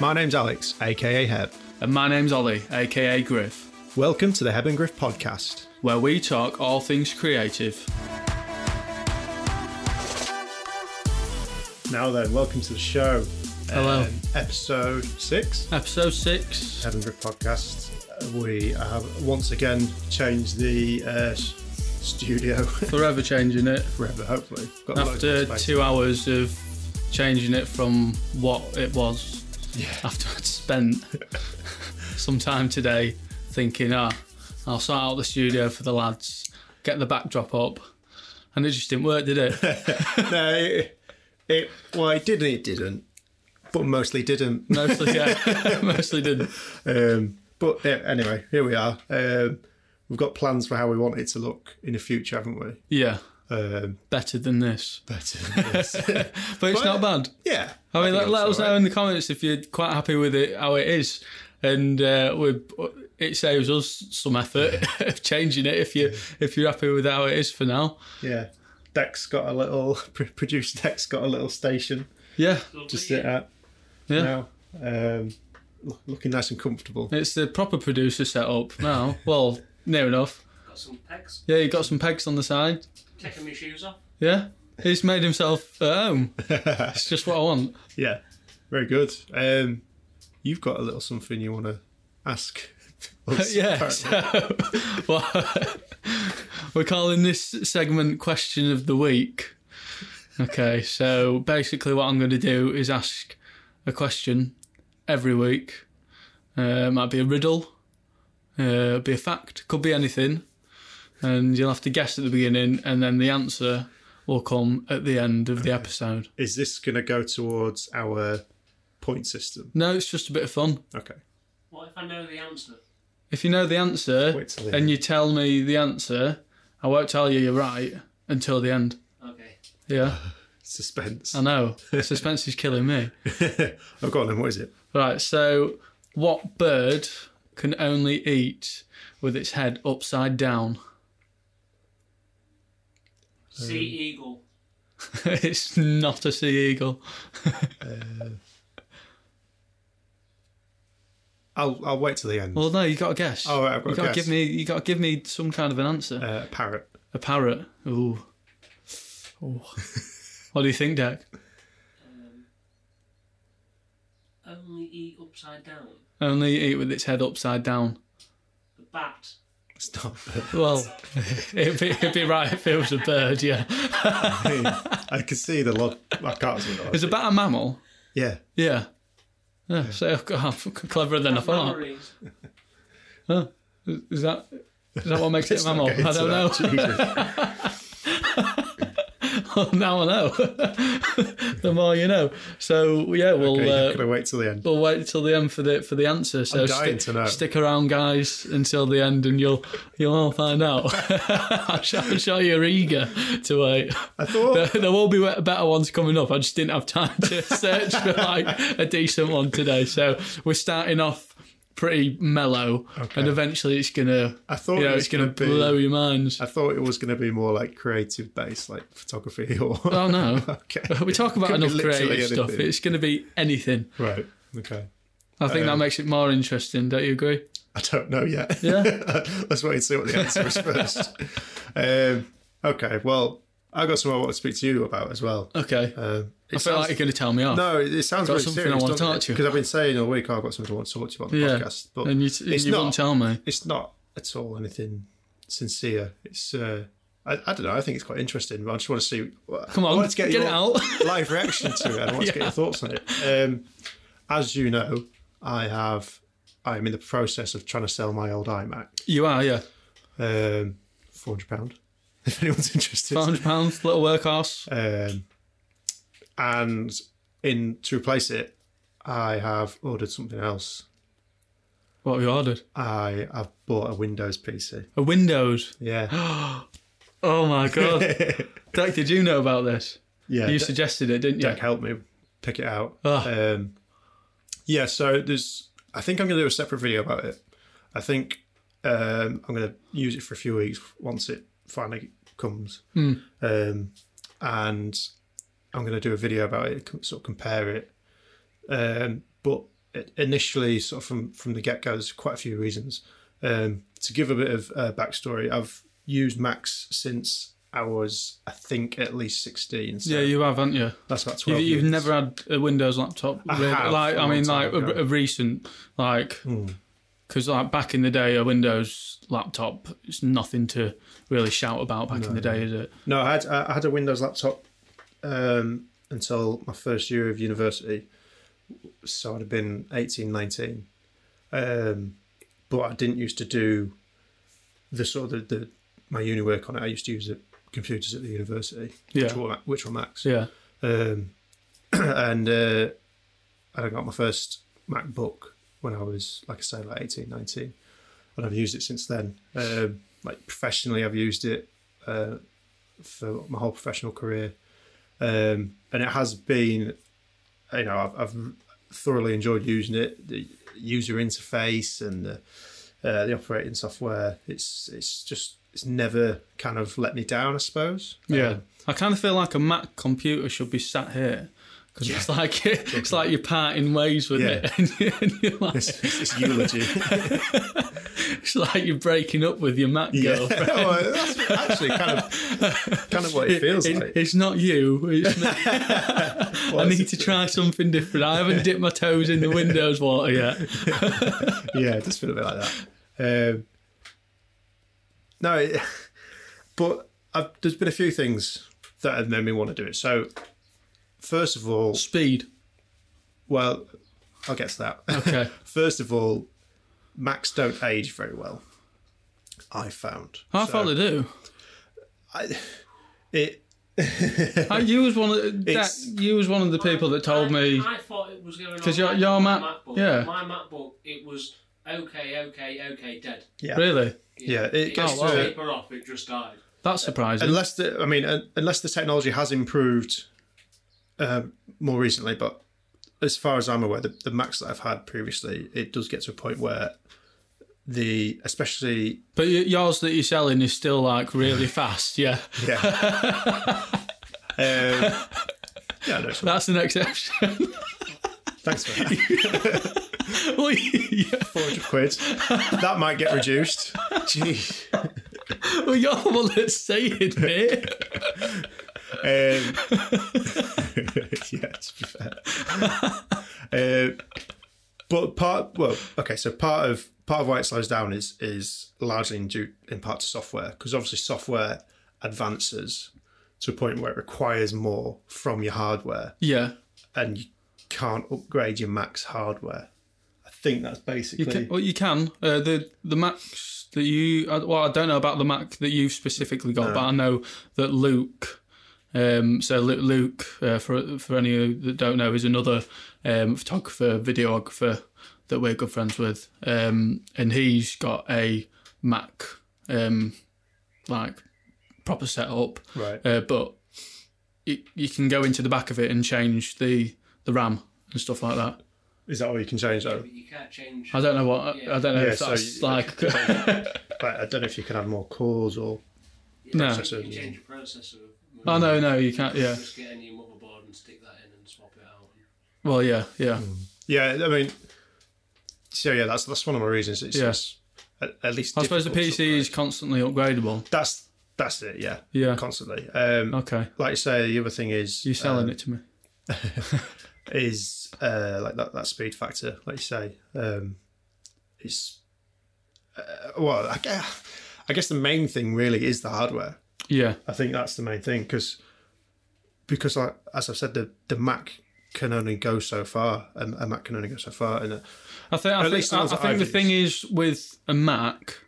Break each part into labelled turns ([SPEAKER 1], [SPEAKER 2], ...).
[SPEAKER 1] My name's Alex, aka Heb.
[SPEAKER 2] And my name's Ollie, aka Griff,
[SPEAKER 1] Welcome to the Heb and Griff podcast.
[SPEAKER 2] where we talk all things creative.
[SPEAKER 1] Now then, welcome to the show.
[SPEAKER 2] Hello.
[SPEAKER 1] Um, episode six,
[SPEAKER 2] Episode 6.
[SPEAKER 1] Heb and Griff podcast. Uh, We have once again changed the uh, s- studio
[SPEAKER 2] Forever changing it.
[SPEAKER 1] forever, hopefully. Got loads
[SPEAKER 2] After
[SPEAKER 1] of space.
[SPEAKER 2] two hours of changing it from what it was,
[SPEAKER 1] Yeah.
[SPEAKER 2] after I'd spent some time today thinking, ah, I'll sort out the studio for the lads, get the backdrop up. And it just didn't work, did it?
[SPEAKER 1] no, it, it, well, it did and it didn't, but mostly didn't.
[SPEAKER 2] Mostly, yeah. Mostly didn't.
[SPEAKER 1] Um, but yeah, anyway, here we are. Um, we've got plans for how we want it to look in the future, haven't we?
[SPEAKER 2] Yeah.
[SPEAKER 1] Um,
[SPEAKER 2] Better than this.
[SPEAKER 1] better than this.
[SPEAKER 2] But it's not bad.
[SPEAKER 1] yeah.
[SPEAKER 2] I
[SPEAKER 1] think
[SPEAKER 2] mean, let,
[SPEAKER 1] it's
[SPEAKER 2] let us
[SPEAKER 1] alright.
[SPEAKER 2] know in the comments if you're quite happy with it, how it is, and uh, we it saves us some effort of changing it if you if you're happy with how it is for now.
[SPEAKER 1] Yeah. Deck's got a little, producer Deck's got a little station
[SPEAKER 2] Yeah,
[SPEAKER 1] to
[SPEAKER 3] Oh,
[SPEAKER 1] sit
[SPEAKER 2] uh,
[SPEAKER 1] at
[SPEAKER 2] yeah.
[SPEAKER 1] now. Um, look- looking nice and comfortable.
[SPEAKER 2] It's the proper producer setup now. Well, near enough.
[SPEAKER 3] Got some pegs.
[SPEAKER 2] Yeah, he got some pegs on the side.
[SPEAKER 3] Taking my shoes off.
[SPEAKER 2] Yeah, he's made himself at home. It's just what I want.
[SPEAKER 1] yeah. Very good. Um, you've got a little something you want to ask. us,
[SPEAKER 2] yeah.
[SPEAKER 1] apparently.
[SPEAKER 2] So, well, we're calling this segment "Question of the Week." Okay, so basically, what I'm going to do is ask a question every week. Uh, might be a riddle, uh, be a fact, could be anything, and you'll have to guess at the beginning, and then the answer will come at the end of the episode.
[SPEAKER 1] Is this going to go towards our point system?
[SPEAKER 2] No, it's just a bit of fun.
[SPEAKER 1] Okay.
[SPEAKER 3] What if I know the answer?
[SPEAKER 2] If you know the answer
[SPEAKER 1] Wait till the
[SPEAKER 2] and you tell me the answer, I won't tell you you're right until the end.
[SPEAKER 3] Okay.
[SPEAKER 2] Yeah,
[SPEAKER 1] Suspense.
[SPEAKER 2] I know. Suspense is killing me.
[SPEAKER 1] oh, go on then. What is it?
[SPEAKER 2] Right, so what bird can only eat with its head upside down?
[SPEAKER 3] Sea eagle.
[SPEAKER 2] it's not a sea eagle.
[SPEAKER 1] I'll, I'll wait till the end.
[SPEAKER 2] Well, no, you got to guess.
[SPEAKER 1] Oh, right, I've got
[SPEAKER 2] you
[SPEAKER 1] to
[SPEAKER 2] gotta
[SPEAKER 1] guess.
[SPEAKER 2] give me. You got to give me some kind of an answer.
[SPEAKER 1] Uh, parrot.
[SPEAKER 2] a parrot. Ooh. Ooh. what do you think, Dak?
[SPEAKER 3] Um, only eat upside down.
[SPEAKER 2] Only eat with its head upside down.
[SPEAKER 3] The bat.
[SPEAKER 1] Stop.
[SPEAKER 2] Well, it'd be, it'd be right if it was a bird. Yeah,
[SPEAKER 1] I can see the log. I can't see the log.
[SPEAKER 2] is a bat a mammal?
[SPEAKER 1] Yeah.
[SPEAKER 2] Yeah. Yeah, so I'm cleverer than I thought.
[SPEAKER 3] Memories.
[SPEAKER 2] Is that is that what makes it
[SPEAKER 1] Let's
[SPEAKER 2] a
[SPEAKER 1] not
[SPEAKER 2] mammal?
[SPEAKER 1] get
[SPEAKER 2] I
[SPEAKER 1] into
[SPEAKER 2] don't know.
[SPEAKER 1] that. Jesus.
[SPEAKER 2] now I know. the more you know. So yeah, we'll
[SPEAKER 1] Okay, you're
[SPEAKER 2] uh,
[SPEAKER 1] gonna wait till the end.
[SPEAKER 2] we'll wait till the end for the for the answer. So
[SPEAKER 1] I'm dying to know.
[SPEAKER 2] stick around, guys, until the end, and you'll you'll all find out. I'm sure I'm sure you're eager to wait.
[SPEAKER 1] I thought
[SPEAKER 2] There will be better ones coming up. I just didn't have time to search for like a decent one today. So we're starting off pretty mellow,
[SPEAKER 1] Okay.
[SPEAKER 2] and eventually it's gonna
[SPEAKER 1] I thought
[SPEAKER 2] you know
[SPEAKER 1] it was
[SPEAKER 2] it's gonna,
[SPEAKER 1] gonna be-
[SPEAKER 2] blow your minds.
[SPEAKER 1] I thought it was gonna be more like creative based, like photography or.
[SPEAKER 2] Oh no.
[SPEAKER 1] okay.
[SPEAKER 2] We talk about
[SPEAKER 1] Could be
[SPEAKER 2] enough creative
[SPEAKER 1] literally
[SPEAKER 2] stuff.
[SPEAKER 1] anything.
[SPEAKER 2] It's going to be anything.
[SPEAKER 1] Right. Okay.
[SPEAKER 2] I think that
[SPEAKER 1] Um,
[SPEAKER 2] makes it more interesting. Don't you agree?
[SPEAKER 1] I don't know yet.
[SPEAKER 2] Yeah.
[SPEAKER 1] Let's wait and see what the answer is first. um, okay. Well, I got something I want to speak to you about as well.
[SPEAKER 2] Okay.
[SPEAKER 1] Um, it
[SPEAKER 2] Oh. I feel
[SPEAKER 1] sounds-
[SPEAKER 2] like you're going to tell me off.
[SPEAKER 1] no, it, it sounds
[SPEAKER 2] got
[SPEAKER 1] really
[SPEAKER 2] something I
[SPEAKER 1] serious.
[SPEAKER 2] want to talk to you.
[SPEAKER 1] Because I've been saying all week, oh, I've got something I want to talk to you about the
[SPEAKER 2] Yeah.
[SPEAKER 1] podcast, but
[SPEAKER 2] and you, t-
[SPEAKER 1] it's
[SPEAKER 2] you
[SPEAKER 1] not.
[SPEAKER 2] wouldn't tell me.
[SPEAKER 1] it's not at all anything sincere. It's uh, I, I don't know. I think it's quite interesting. But I just want to see.
[SPEAKER 2] Come
[SPEAKER 1] I
[SPEAKER 2] on,
[SPEAKER 1] wanted to get,
[SPEAKER 2] get
[SPEAKER 1] your
[SPEAKER 2] it out.
[SPEAKER 1] live reaction to it. I want to get your thoughts on it. Um, as you know, I have. I'm in the process of trying to sell my old iMac.
[SPEAKER 2] You are, yeah.
[SPEAKER 1] Um, Four hundred pound. If anyone's interested.
[SPEAKER 2] Five hundred pounds, little workhouse.
[SPEAKER 1] Um, and in to replace it, I have ordered something else.
[SPEAKER 2] What have you ordered?
[SPEAKER 1] I have bought a Windows PC.
[SPEAKER 2] A Windows.
[SPEAKER 1] Yeah.
[SPEAKER 2] Oh my god, Dak, did you know about this?
[SPEAKER 1] yeah.
[SPEAKER 2] you suggested it, didn't you?
[SPEAKER 1] Deck helped me pick it out.
[SPEAKER 2] Ah.
[SPEAKER 1] Um, yeah, so there's. I think I'm going to do a separate video about it. I think um, I'm going to use it for a few weeks once it finally comes, um, and I'm going to do a video about it, com- sort of compare it. Um, but i- initially, sort of from from the get go, there's quite a few reasons. Um, to give a bit of uh, backstory, I've used Max since I was, I think, at least sixteen. So
[SPEAKER 2] yeah, you have, haven't you?
[SPEAKER 1] that's about
[SPEAKER 2] You,
[SPEAKER 1] twelve.
[SPEAKER 2] you've
[SPEAKER 1] years.
[SPEAKER 2] never had a Windows laptop,
[SPEAKER 1] I
[SPEAKER 2] really.
[SPEAKER 1] have,
[SPEAKER 2] like
[SPEAKER 1] a
[SPEAKER 2] I
[SPEAKER 1] long
[SPEAKER 2] mean, like
[SPEAKER 1] time
[SPEAKER 2] a,
[SPEAKER 1] ago. Hmm.
[SPEAKER 2] a recent, like because like back in the day, a Windows laptop it's nothing to really shout about back in the day, is it?
[SPEAKER 1] No, I had I had a Windows laptop um, until my first year of university, so I'd have been 18, 19. Um, but I didn't used to do the sort of the, the my uni work on it. I used to use the computers at the university, which
[SPEAKER 2] Yeah,
[SPEAKER 1] were Ma- which were Macs.
[SPEAKER 2] yeah,
[SPEAKER 1] Um, and uh, and I got my first MacBook when I was, like I say, like 18, 19. And I've used it since then. Um, like professionally, I've used it uh, for my whole professional career. Um, and it has been, you know, I've, I've thoroughly enjoyed using it. The user interface and the, uh, the operating software, it's, it's just, it's never kind of let me down, I suppose.
[SPEAKER 2] yeah.
[SPEAKER 1] Um,
[SPEAKER 2] I kind of feel like a Mac computer should be sat here because it's like it's like you're parting ways with
[SPEAKER 1] Yeah.
[SPEAKER 2] it, and, you- and you're like
[SPEAKER 1] it's, it's eulogy.
[SPEAKER 2] it's like you're breaking up with your Mac girl.
[SPEAKER 1] well, that's actually kind of kind of what it feels
[SPEAKER 2] It-
[SPEAKER 1] like.
[SPEAKER 2] It's not you. It's me.
[SPEAKER 1] Well,
[SPEAKER 2] I
[SPEAKER 1] it's-
[SPEAKER 2] need to try something different. I haven't dipped my toes in the Windows water yet.
[SPEAKER 1] yeah, it does feel a bit like that. Um, no, it, but I've, there's been a few things that have made me want to do it. So, first of all,
[SPEAKER 2] Speed.
[SPEAKER 1] well, I'll get to that.
[SPEAKER 2] Okay.
[SPEAKER 1] first of all, Macs don't age very well. I found.
[SPEAKER 2] I
[SPEAKER 1] So
[SPEAKER 2] thought they do.
[SPEAKER 1] it.
[SPEAKER 2] I, you was one of that,
[SPEAKER 1] It's-
[SPEAKER 2] you was one of the people that told
[SPEAKER 3] I-
[SPEAKER 2] me.
[SPEAKER 3] I thought it was going on.
[SPEAKER 2] 'Cause your-
[SPEAKER 3] like
[SPEAKER 2] your
[SPEAKER 3] on
[SPEAKER 2] Mac-
[SPEAKER 3] my MacBook.
[SPEAKER 2] yeah.
[SPEAKER 3] My MacBook, it was okay, okay, okay, dead.
[SPEAKER 1] Yeah.
[SPEAKER 2] Really,
[SPEAKER 1] Yeah, it
[SPEAKER 3] it
[SPEAKER 1] gets
[SPEAKER 3] just
[SPEAKER 2] to a-
[SPEAKER 3] paper off. It just died.
[SPEAKER 2] that's surprising.
[SPEAKER 1] unless the I mean un- unless the technology has improved um, more recently, but as far as I'm aware, the, the Macs that I've had previously, it does get to a point where the especially
[SPEAKER 2] But y- yours that you're selling is still like really fast. Yeah,
[SPEAKER 1] yeah. um, yeah, no, it's fine.
[SPEAKER 2] that's an exception.
[SPEAKER 1] thanks for that.
[SPEAKER 2] Well, yeah.
[SPEAKER 1] 400 quid. That might get reduced. Jeez.
[SPEAKER 2] well, you're the one that's saying it.
[SPEAKER 1] Um, yeah, to be fair. Uh, but part well, okay. So part of part of why it slows down is is largely in due in part to software because obviously software advances to a point where it requires more from your hardware
[SPEAKER 2] Yeah,
[SPEAKER 1] and you can't upgrade your Mac's hardware. I think that's basically
[SPEAKER 2] you can, well, you can. Uh, the the Macs that you uh, well, I don't know about the Mac that you've specifically got, but I know that Luke. Um, so Lu- Luke, uh, for for any of you that don't know, is another um, photographer, videographer that we're good friends with, um, and he's got a Mac, um, like proper setup,
[SPEAKER 1] right.
[SPEAKER 2] uh, but it, you can go into the back of it and change the the RAM and stuff like that.
[SPEAKER 1] Is that all you can change though?
[SPEAKER 3] But you can't change.
[SPEAKER 2] I don't know what I don't know
[SPEAKER 1] Yeah,
[SPEAKER 2] if
[SPEAKER 1] so
[SPEAKER 2] that's
[SPEAKER 1] you- Oh,
[SPEAKER 2] like
[SPEAKER 1] Like, I don't know if you can add more cores or
[SPEAKER 2] no.
[SPEAKER 3] You can
[SPEAKER 1] Processors.
[SPEAKER 3] change your processor.
[SPEAKER 2] Oh no, no, you can't. Yeah.
[SPEAKER 3] Just get a new motherboard and stick that in and swap it out.
[SPEAKER 2] Well, yeah, yeah,
[SPEAKER 1] Hmm, Yeah, I mean, so yeah, that's that's one of my reasons. It's,
[SPEAKER 2] Yeah.
[SPEAKER 1] it's at, at least.
[SPEAKER 2] I suppose the
[SPEAKER 1] difficult to
[SPEAKER 2] PC is
[SPEAKER 1] upgrade.
[SPEAKER 2] constantly upgradable.
[SPEAKER 1] That's that's it. Yeah,
[SPEAKER 2] Yeah.
[SPEAKER 1] constantly. Um,
[SPEAKER 2] Okay.
[SPEAKER 1] Like you say, the other thing is
[SPEAKER 2] You're selling it to me.
[SPEAKER 1] is uh, like that, that speed factor. Like you say, um, it's uh, well, I guess, I guess the main thing really is the hardware.
[SPEAKER 2] Yeah.
[SPEAKER 1] I think that's the main thing because because like as I've said, the the Mac can only go so far, and a Mac can only go so far, and. uh,
[SPEAKER 2] I think. I
[SPEAKER 1] least
[SPEAKER 2] think,
[SPEAKER 1] the ones that
[SPEAKER 2] I, I think
[SPEAKER 1] I've
[SPEAKER 2] the thing is with a Mac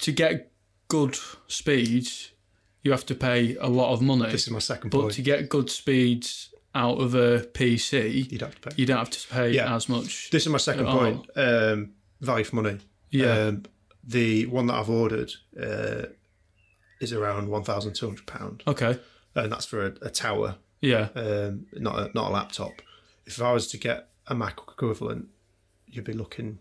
[SPEAKER 2] to get good speeds, you have to pay a lot of money.
[SPEAKER 1] This is my second
[SPEAKER 2] but
[SPEAKER 1] point.
[SPEAKER 2] to get good speeds out of a PC,
[SPEAKER 1] You'd have to pay.
[SPEAKER 2] you don't have to pay
[SPEAKER 1] Yeah. Uh,
[SPEAKER 2] as much.
[SPEAKER 1] This is my second
[SPEAKER 2] Oh.
[SPEAKER 1] point. Um, value for money.
[SPEAKER 2] Yeah.
[SPEAKER 1] Um, the one that I've ordered uh, is around one thousand two hundred pound,
[SPEAKER 2] okay.
[SPEAKER 1] and that's for a, a tower,
[SPEAKER 2] Yeah.
[SPEAKER 1] um, not a, not a laptop. If I was to get a Mac equivalent, you'd be looking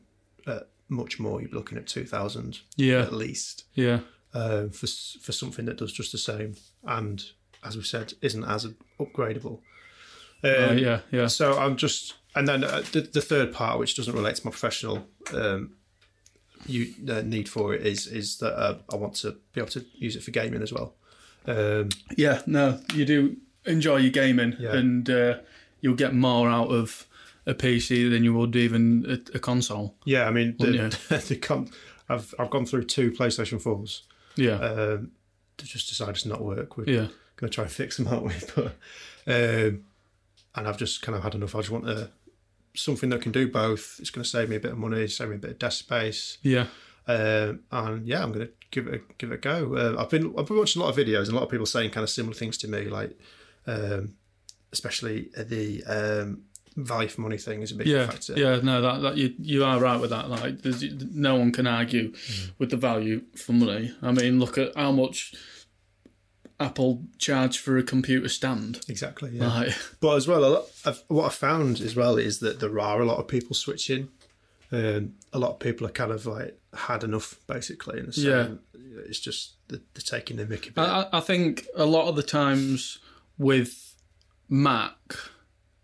[SPEAKER 1] at much more. You'd be looking at two thousand
[SPEAKER 2] Yeah.
[SPEAKER 1] at least
[SPEAKER 2] Yeah.
[SPEAKER 1] um, for s- for something that does just the same, and as we said, isn't as upgradable. Um,
[SPEAKER 2] Uh, yeah. Yeah.
[SPEAKER 1] so I'm just and then uh, the, the third part, which doesn't relate to my professional um, you uh, need for it, is is that uh, I want to be able to use it for gaming as well. Um,
[SPEAKER 2] Yeah, no, you do enjoy your gaming,
[SPEAKER 1] Yeah.
[SPEAKER 2] and uh, you'll get more out of a PC than you would even a, a console.
[SPEAKER 1] yeah, I mean, the,
[SPEAKER 2] Wouldn't
[SPEAKER 1] the com- I've I've gone through two PlayStation fours.
[SPEAKER 2] Yeah,
[SPEAKER 1] Um, they just decided to not work. We're
[SPEAKER 2] yeah,
[SPEAKER 1] going to try and fix them, aren't we? But um, and I've just kind of had enough. I just want uh something that can do both. It's going to save me a bit of money, save me a bit of desk space.
[SPEAKER 2] yeah,
[SPEAKER 1] Um, and yeah, I'm gonna give it a, give it a go. Uh, I've been I've been watching a lot of videos and a lot of people saying kind of similar things to me, like um, especially the um, value for money thing is a big
[SPEAKER 2] yeah,
[SPEAKER 1] factor.
[SPEAKER 2] yeah. No, that, that you you are right with that. Like, there's, no one can argue
[SPEAKER 1] Mm.
[SPEAKER 2] with the value for money. I mean, look at how much Apple charge for a computer stand.
[SPEAKER 1] Exactly. Yeah.
[SPEAKER 2] Like,
[SPEAKER 1] But as well, a lot of, what I found as well is that there are a lot of people switching. Um, a lot of people are kind of like had enough basically, and so
[SPEAKER 2] Yeah.
[SPEAKER 1] it's just they're, they're taking the mickey.
[SPEAKER 2] I, I- I think a lot of the times with Mac,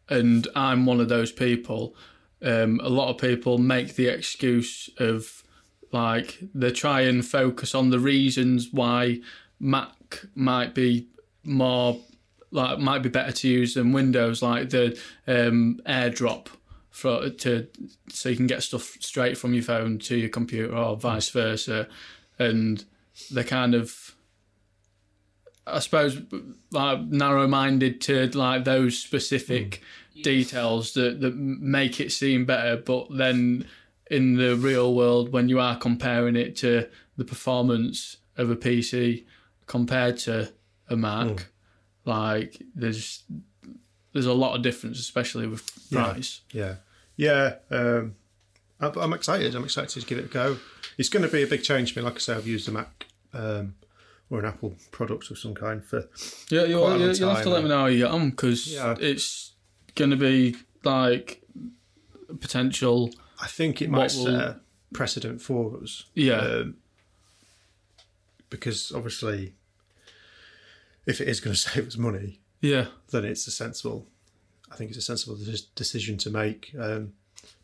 [SPEAKER 2] and I'm one of those people. Um, a lot of people make the excuse of like they try and focus on the reasons why Mac might be more like might be better to use than Windows, like the um, AirDrop for to so you can get stuff straight from your phone to your computer or vice versa, and they kind of I suppose like narrow-minded to like those specific details that that make it seem better, but then in the real world when you are comparing it to the performance of a PC compared to a Mac, like there's there's a lot of difference, especially with
[SPEAKER 1] Yeah.
[SPEAKER 2] price.
[SPEAKER 1] Yeah, yeah. Um, I- I'm excited. I'm excited to give it a go. It's going to be a big change for me. Like I say, I've used a Mac um, or an Apple product of some kind for.
[SPEAKER 2] Yeah,
[SPEAKER 1] Quite a
[SPEAKER 2] you'll,
[SPEAKER 1] long
[SPEAKER 2] you'll, you'll have to
[SPEAKER 1] time,
[SPEAKER 2] let me know how you get on because
[SPEAKER 1] Yeah.
[SPEAKER 2] it's going to be like potential.
[SPEAKER 1] I think it might
[SPEAKER 2] What will-
[SPEAKER 1] set a precedent for us.
[SPEAKER 2] Yeah.
[SPEAKER 1] Um, because obviously, if it is going to save us money,
[SPEAKER 2] Yeah,
[SPEAKER 1] then it's a sensible. I think it's a sensible de- decision to make. Um,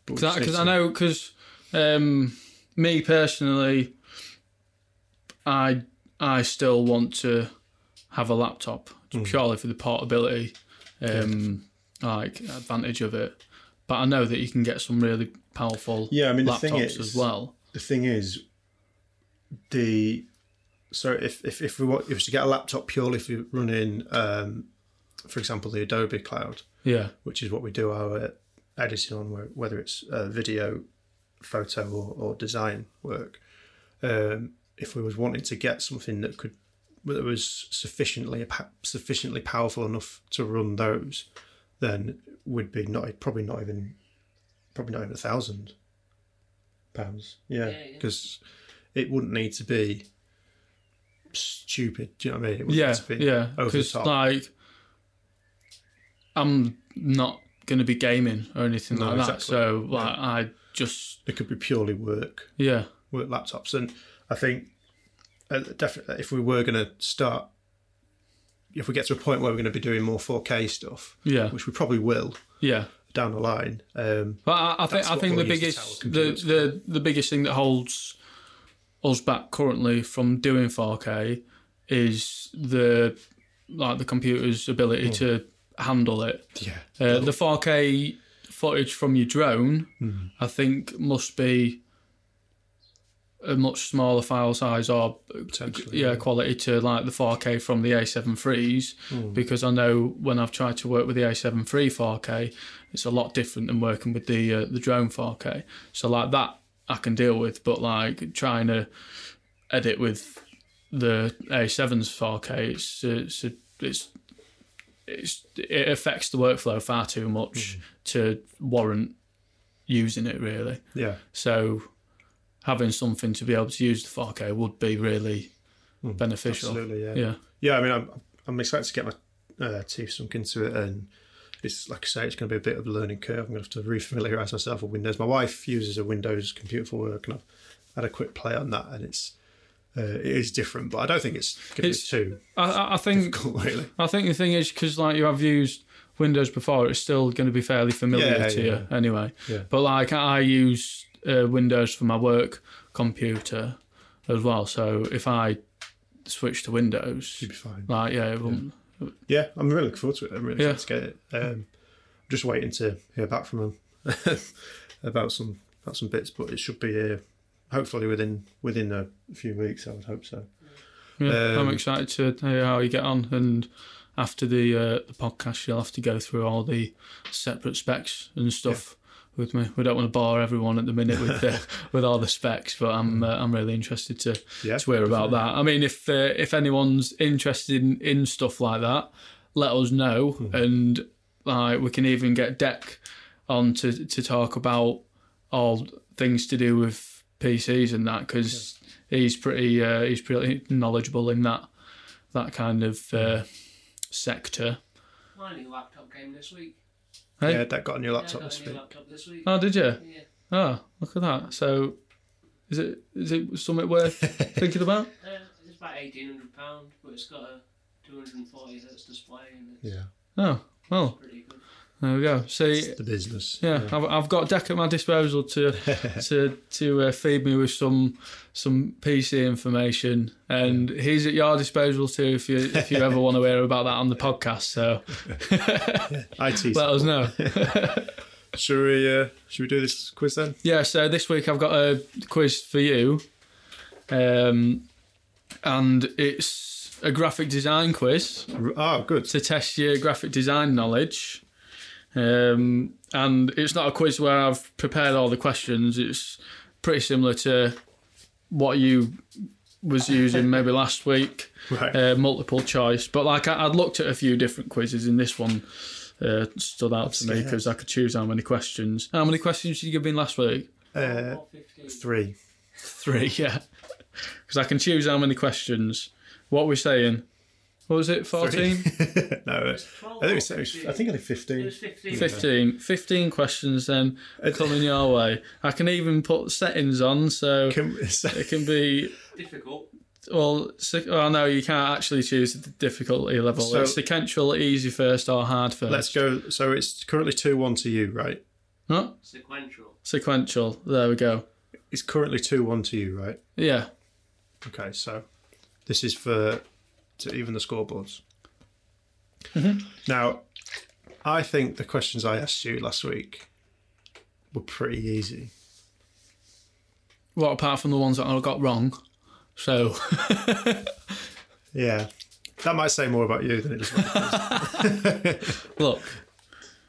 [SPEAKER 1] but we just need
[SPEAKER 2] because
[SPEAKER 1] to-
[SPEAKER 2] I know because um, me personally, I I still want to have a laptop
[SPEAKER 1] Hmm.
[SPEAKER 2] purely for the portability, um, like advantage of it. But I know that you can get some really powerful
[SPEAKER 1] Yeah, I mean, the
[SPEAKER 2] laptops
[SPEAKER 1] thing is-
[SPEAKER 2] as well.
[SPEAKER 1] the thing is, the so if if if we want, if we should get a laptop purely if you run in, um, for example, the Adobe Cloud,
[SPEAKER 2] Yeah,
[SPEAKER 1] which is what we do our uh, editing on, where- whether it's uh, video, photo, or, or design work. Um, if we was wanting to get something that could that was sufficiently pa- sufficiently powerful enough to run those, then would be not probably not even probably not even a thousand pounds. Yeah,
[SPEAKER 3] Yeah, yeah.
[SPEAKER 1] because it wouldn't need to be stupid. Do you know what I mean? It wouldn't
[SPEAKER 2] yeah,
[SPEAKER 1] need to be
[SPEAKER 2] yeah.
[SPEAKER 1] over the
[SPEAKER 2] Because
[SPEAKER 1] top.
[SPEAKER 2] like, I'm not going to be gaming or anything
[SPEAKER 1] No,
[SPEAKER 2] like that.
[SPEAKER 1] exactly.
[SPEAKER 2] So like, I just
[SPEAKER 1] it could be purely work.
[SPEAKER 2] yeah,
[SPEAKER 1] work laptops. And I think uh, definitely if we were going to start, if we get to a point where we're going to be doing more 4K stuff,
[SPEAKER 2] yeah,
[SPEAKER 1] which we probably will
[SPEAKER 2] yeah.
[SPEAKER 1] down the line, um,
[SPEAKER 2] But I, I think
[SPEAKER 1] That's
[SPEAKER 2] I
[SPEAKER 1] what
[SPEAKER 2] think the
[SPEAKER 1] we'll use the
[SPEAKER 2] biggest
[SPEAKER 1] tower
[SPEAKER 2] the,
[SPEAKER 1] computers
[SPEAKER 2] the the biggest thing that holds us back currently from doing 4K is the like the computer's
[SPEAKER 1] Hmm.
[SPEAKER 2] ability to handle it.
[SPEAKER 1] yeah,
[SPEAKER 2] Uh, the 4K footage from your drone, I think, must be a much smaller file size or
[SPEAKER 1] potentially.
[SPEAKER 2] yeah, quality to like the 4K from the A7 threes because I know when I've tried to work with the A7 three 4K, it's a lot different than working with the uh, the drone 4K. So like that I can deal with, but like trying to edit with the A7's 4K, it's it's it's it's it affects the workflow far too much to warrant using it really.
[SPEAKER 1] yeah,
[SPEAKER 2] So having something to be able to use the 4K would be really beneficial.
[SPEAKER 1] Hmm, absolutely, yeah. yeah,
[SPEAKER 2] Yeah.
[SPEAKER 1] I mean, I'm I'm excited to get my uh, teeth sunk into it, and it's like I say, it's going to be a bit of a learning curve. I'm going to have to refamiliarize myself with Windows. My wife uses a Windows computer for work, and I've had a quick play on that, and it's. Uh, it is different, but I don't think it's going to be
[SPEAKER 2] It's-
[SPEAKER 1] too
[SPEAKER 2] I- I, I think
[SPEAKER 1] difficult, really.
[SPEAKER 2] I think the thing is because like you have used Windows before, it's still going to be fairly familiar
[SPEAKER 1] Yeah,
[SPEAKER 2] to
[SPEAKER 1] yeah.
[SPEAKER 2] you anyway.
[SPEAKER 1] Yeah.
[SPEAKER 2] But like I use uh, Windows for my work computer as well, so if I switch to Windows,
[SPEAKER 1] You'd be fine.
[SPEAKER 2] like yeah, it wouldn't,
[SPEAKER 1] Yeah, I'm really looking forward to it. I'm really
[SPEAKER 2] Yeah.
[SPEAKER 1] excited to get it. Um, I'm just waiting to hear back from them about some about some bits, but it should be uh, hopefully within within a few weeks. I would hope so.
[SPEAKER 2] Yeah,
[SPEAKER 1] Um,
[SPEAKER 2] I'm excited to hear how you get on. And after the uh, the podcast, you'll have to go through all the separate specs and stuff with me. We don't want to bore everyone at the minute with the, with all the specs, but I'm uh, I'm really interested to,
[SPEAKER 1] Yeah,
[SPEAKER 2] to hear about that. I mean, if uh, if anyone's interested in, in stuff like that, let us know, and like we can even get Deck on to to talk about all things to do with PCs and that because he's pretty uh, he's pretty knowledgeable in that that kind of uh, sector.
[SPEAKER 3] My new laptop came this week.
[SPEAKER 2] Hey?
[SPEAKER 1] Yeah, that got a new
[SPEAKER 3] Yeah, I
[SPEAKER 1] laptop
[SPEAKER 3] got
[SPEAKER 1] this
[SPEAKER 3] a new
[SPEAKER 1] week.
[SPEAKER 3] laptop this week.
[SPEAKER 2] Oh, did you?
[SPEAKER 3] Yeah.
[SPEAKER 2] Oh, look at that. So, is it is it something worth thinking about?
[SPEAKER 3] Uh, it's about eighteen hundred pound, but it's got a two hundred and forty hertz display and it's
[SPEAKER 1] Yeah,
[SPEAKER 2] Oh, well,
[SPEAKER 3] pretty good.
[SPEAKER 2] there we go. See,
[SPEAKER 1] the business.
[SPEAKER 2] yeah, I've, I've got Deck at my disposal to to to uh, feed me with some some PC information, and he's at your disposal too if you if you ever want to hear about that on the podcast. So
[SPEAKER 1] IT.
[SPEAKER 2] let us know.
[SPEAKER 1] Should we uh, should we do this quiz then?
[SPEAKER 2] Yeah, so this week I've got a quiz for you. Um, and it's a graphic design quiz
[SPEAKER 1] R- Oh, good.
[SPEAKER 2] to test your graphic design knowledge. Um, and it's not a quiz where I've prepared all the questions. It's pretty similar to what you was using maybe last week,
[SPEAKER 1] Right.
[SPEAKER 2] uh, multiple choice. But like I, I'd looked at a few different quizzes, and this one uh, stood out to me
[SPEAKER 1] scared.
[SPEAKER 2] because I could choose how many questions. How many questions did you give me last week?
[SPEAKER 1] Uh,
[SPEAKER 3] Four fifteen.
[SPEAKER 1] three.
[SPEAKER 2] Three, yeah. Because I can choose how many questions. What were we saying? What was it, 14?
[SPEAKER 1] no, uh, I think it's, I think I did
[SPEAKER 3] It
[SPEAKER 1] fifteen.
[SPEAKER 3] was fifteen.
[SPEAKER 2] 15. 15 questions then coming your way. I can even put settings on so
[SPEAKER 1] Can,
[SPEAKER 2] it can be.
[SPEAKER 3] Difficult.
[SPEAKER 2] Well, si- oh no, you can't actually choose the difficulty level.
[SPEAKER 1] So-
[SPEAKER 2] it's sequential, easy first or hard 1st
[SPEAKER 1] let's go. So it's currently two one to you, right?
[SPEAKER 2] No,
[SPEAKER 3] Sequential.
[SPEAKER 2] sequential. There we go.
[SPEAKER 1] It's currently two one to you, right?
[SPEAKER 2] Yeah.
[SPEAKER 1] Okay, so this is for to even the scoreboards.
[SPEAKER 2] Mm-hmm.
[SPEAKER 1] Now, I think the questions I asked you last week were pretty easy.
[SPEAKER 2] Well, apart from the ones that I got wrong. So,
[SPEAKER 1] Yeah, that might say more about you than it does. about me.
[SPEAKER 2] look,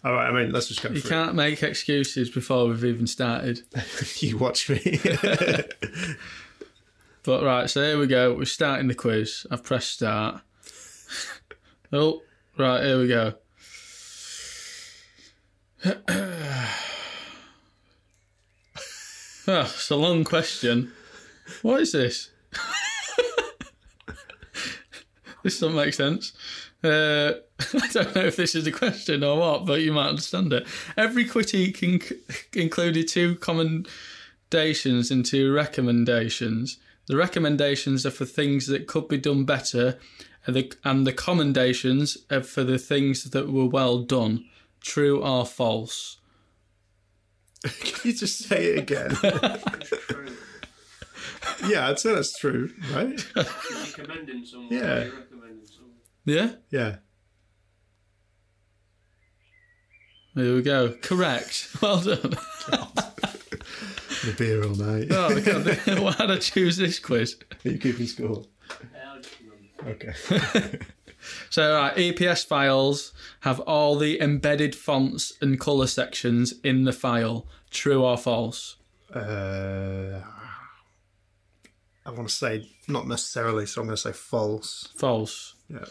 [SPEAKER 1] All right, I mean, let's just go.
[SPEAKER 2] you
[SPEAKER 1] for
[SPEAKER 2] can't make excuses before we've even started.
[SPEAKER 1] it. you watch me.
[SPEAKER 2] But right, so here we go. We're starting the quiz. I've pressed start. oh, right, here we go. Ah, it's a long question. What is this? this doesn't make sense. Uh, I don't know if this is a question or what, but you might understand it. Every critique inc- included two commendations and two recommendations. The recommendations are for things that could be done better, and the, and the commendations are for the things that were well done. True or false?
[SPEAKER 1] Can you just say it again?
[SPEAKER 3] It's true.
[SPEAKER 1] yeah, I'd say that's true, right?
[SPEAKER 3] You're commending someone.
[SPEAKER 1] Yeah.
[SPEAKER 3] You're recommending someone.
[SPEAKER 2] Yeah?
[SPEAKER 1] Yeah.
[SPEAKER 2] There we go. Correct. Well done.
[SPEAKER 1] The beer all night.
[SPEAKER 2] Oh, my God. Why did I choose this quiz?
[SPEAKER 1] Are you keeping score?
[SPEAKER 3] Yeah, I just remember.
[SPEAKER 1] Okay.
[SPEAKER 2] So, right, EPS files have all the embedded fonts and color sections in the file. True or false?
[SPEAKER 1] Uh, I want to say not necessarily, so I'm going to say false.
[SPEAKER 2] False.
[SPEAKER 1] Yeah.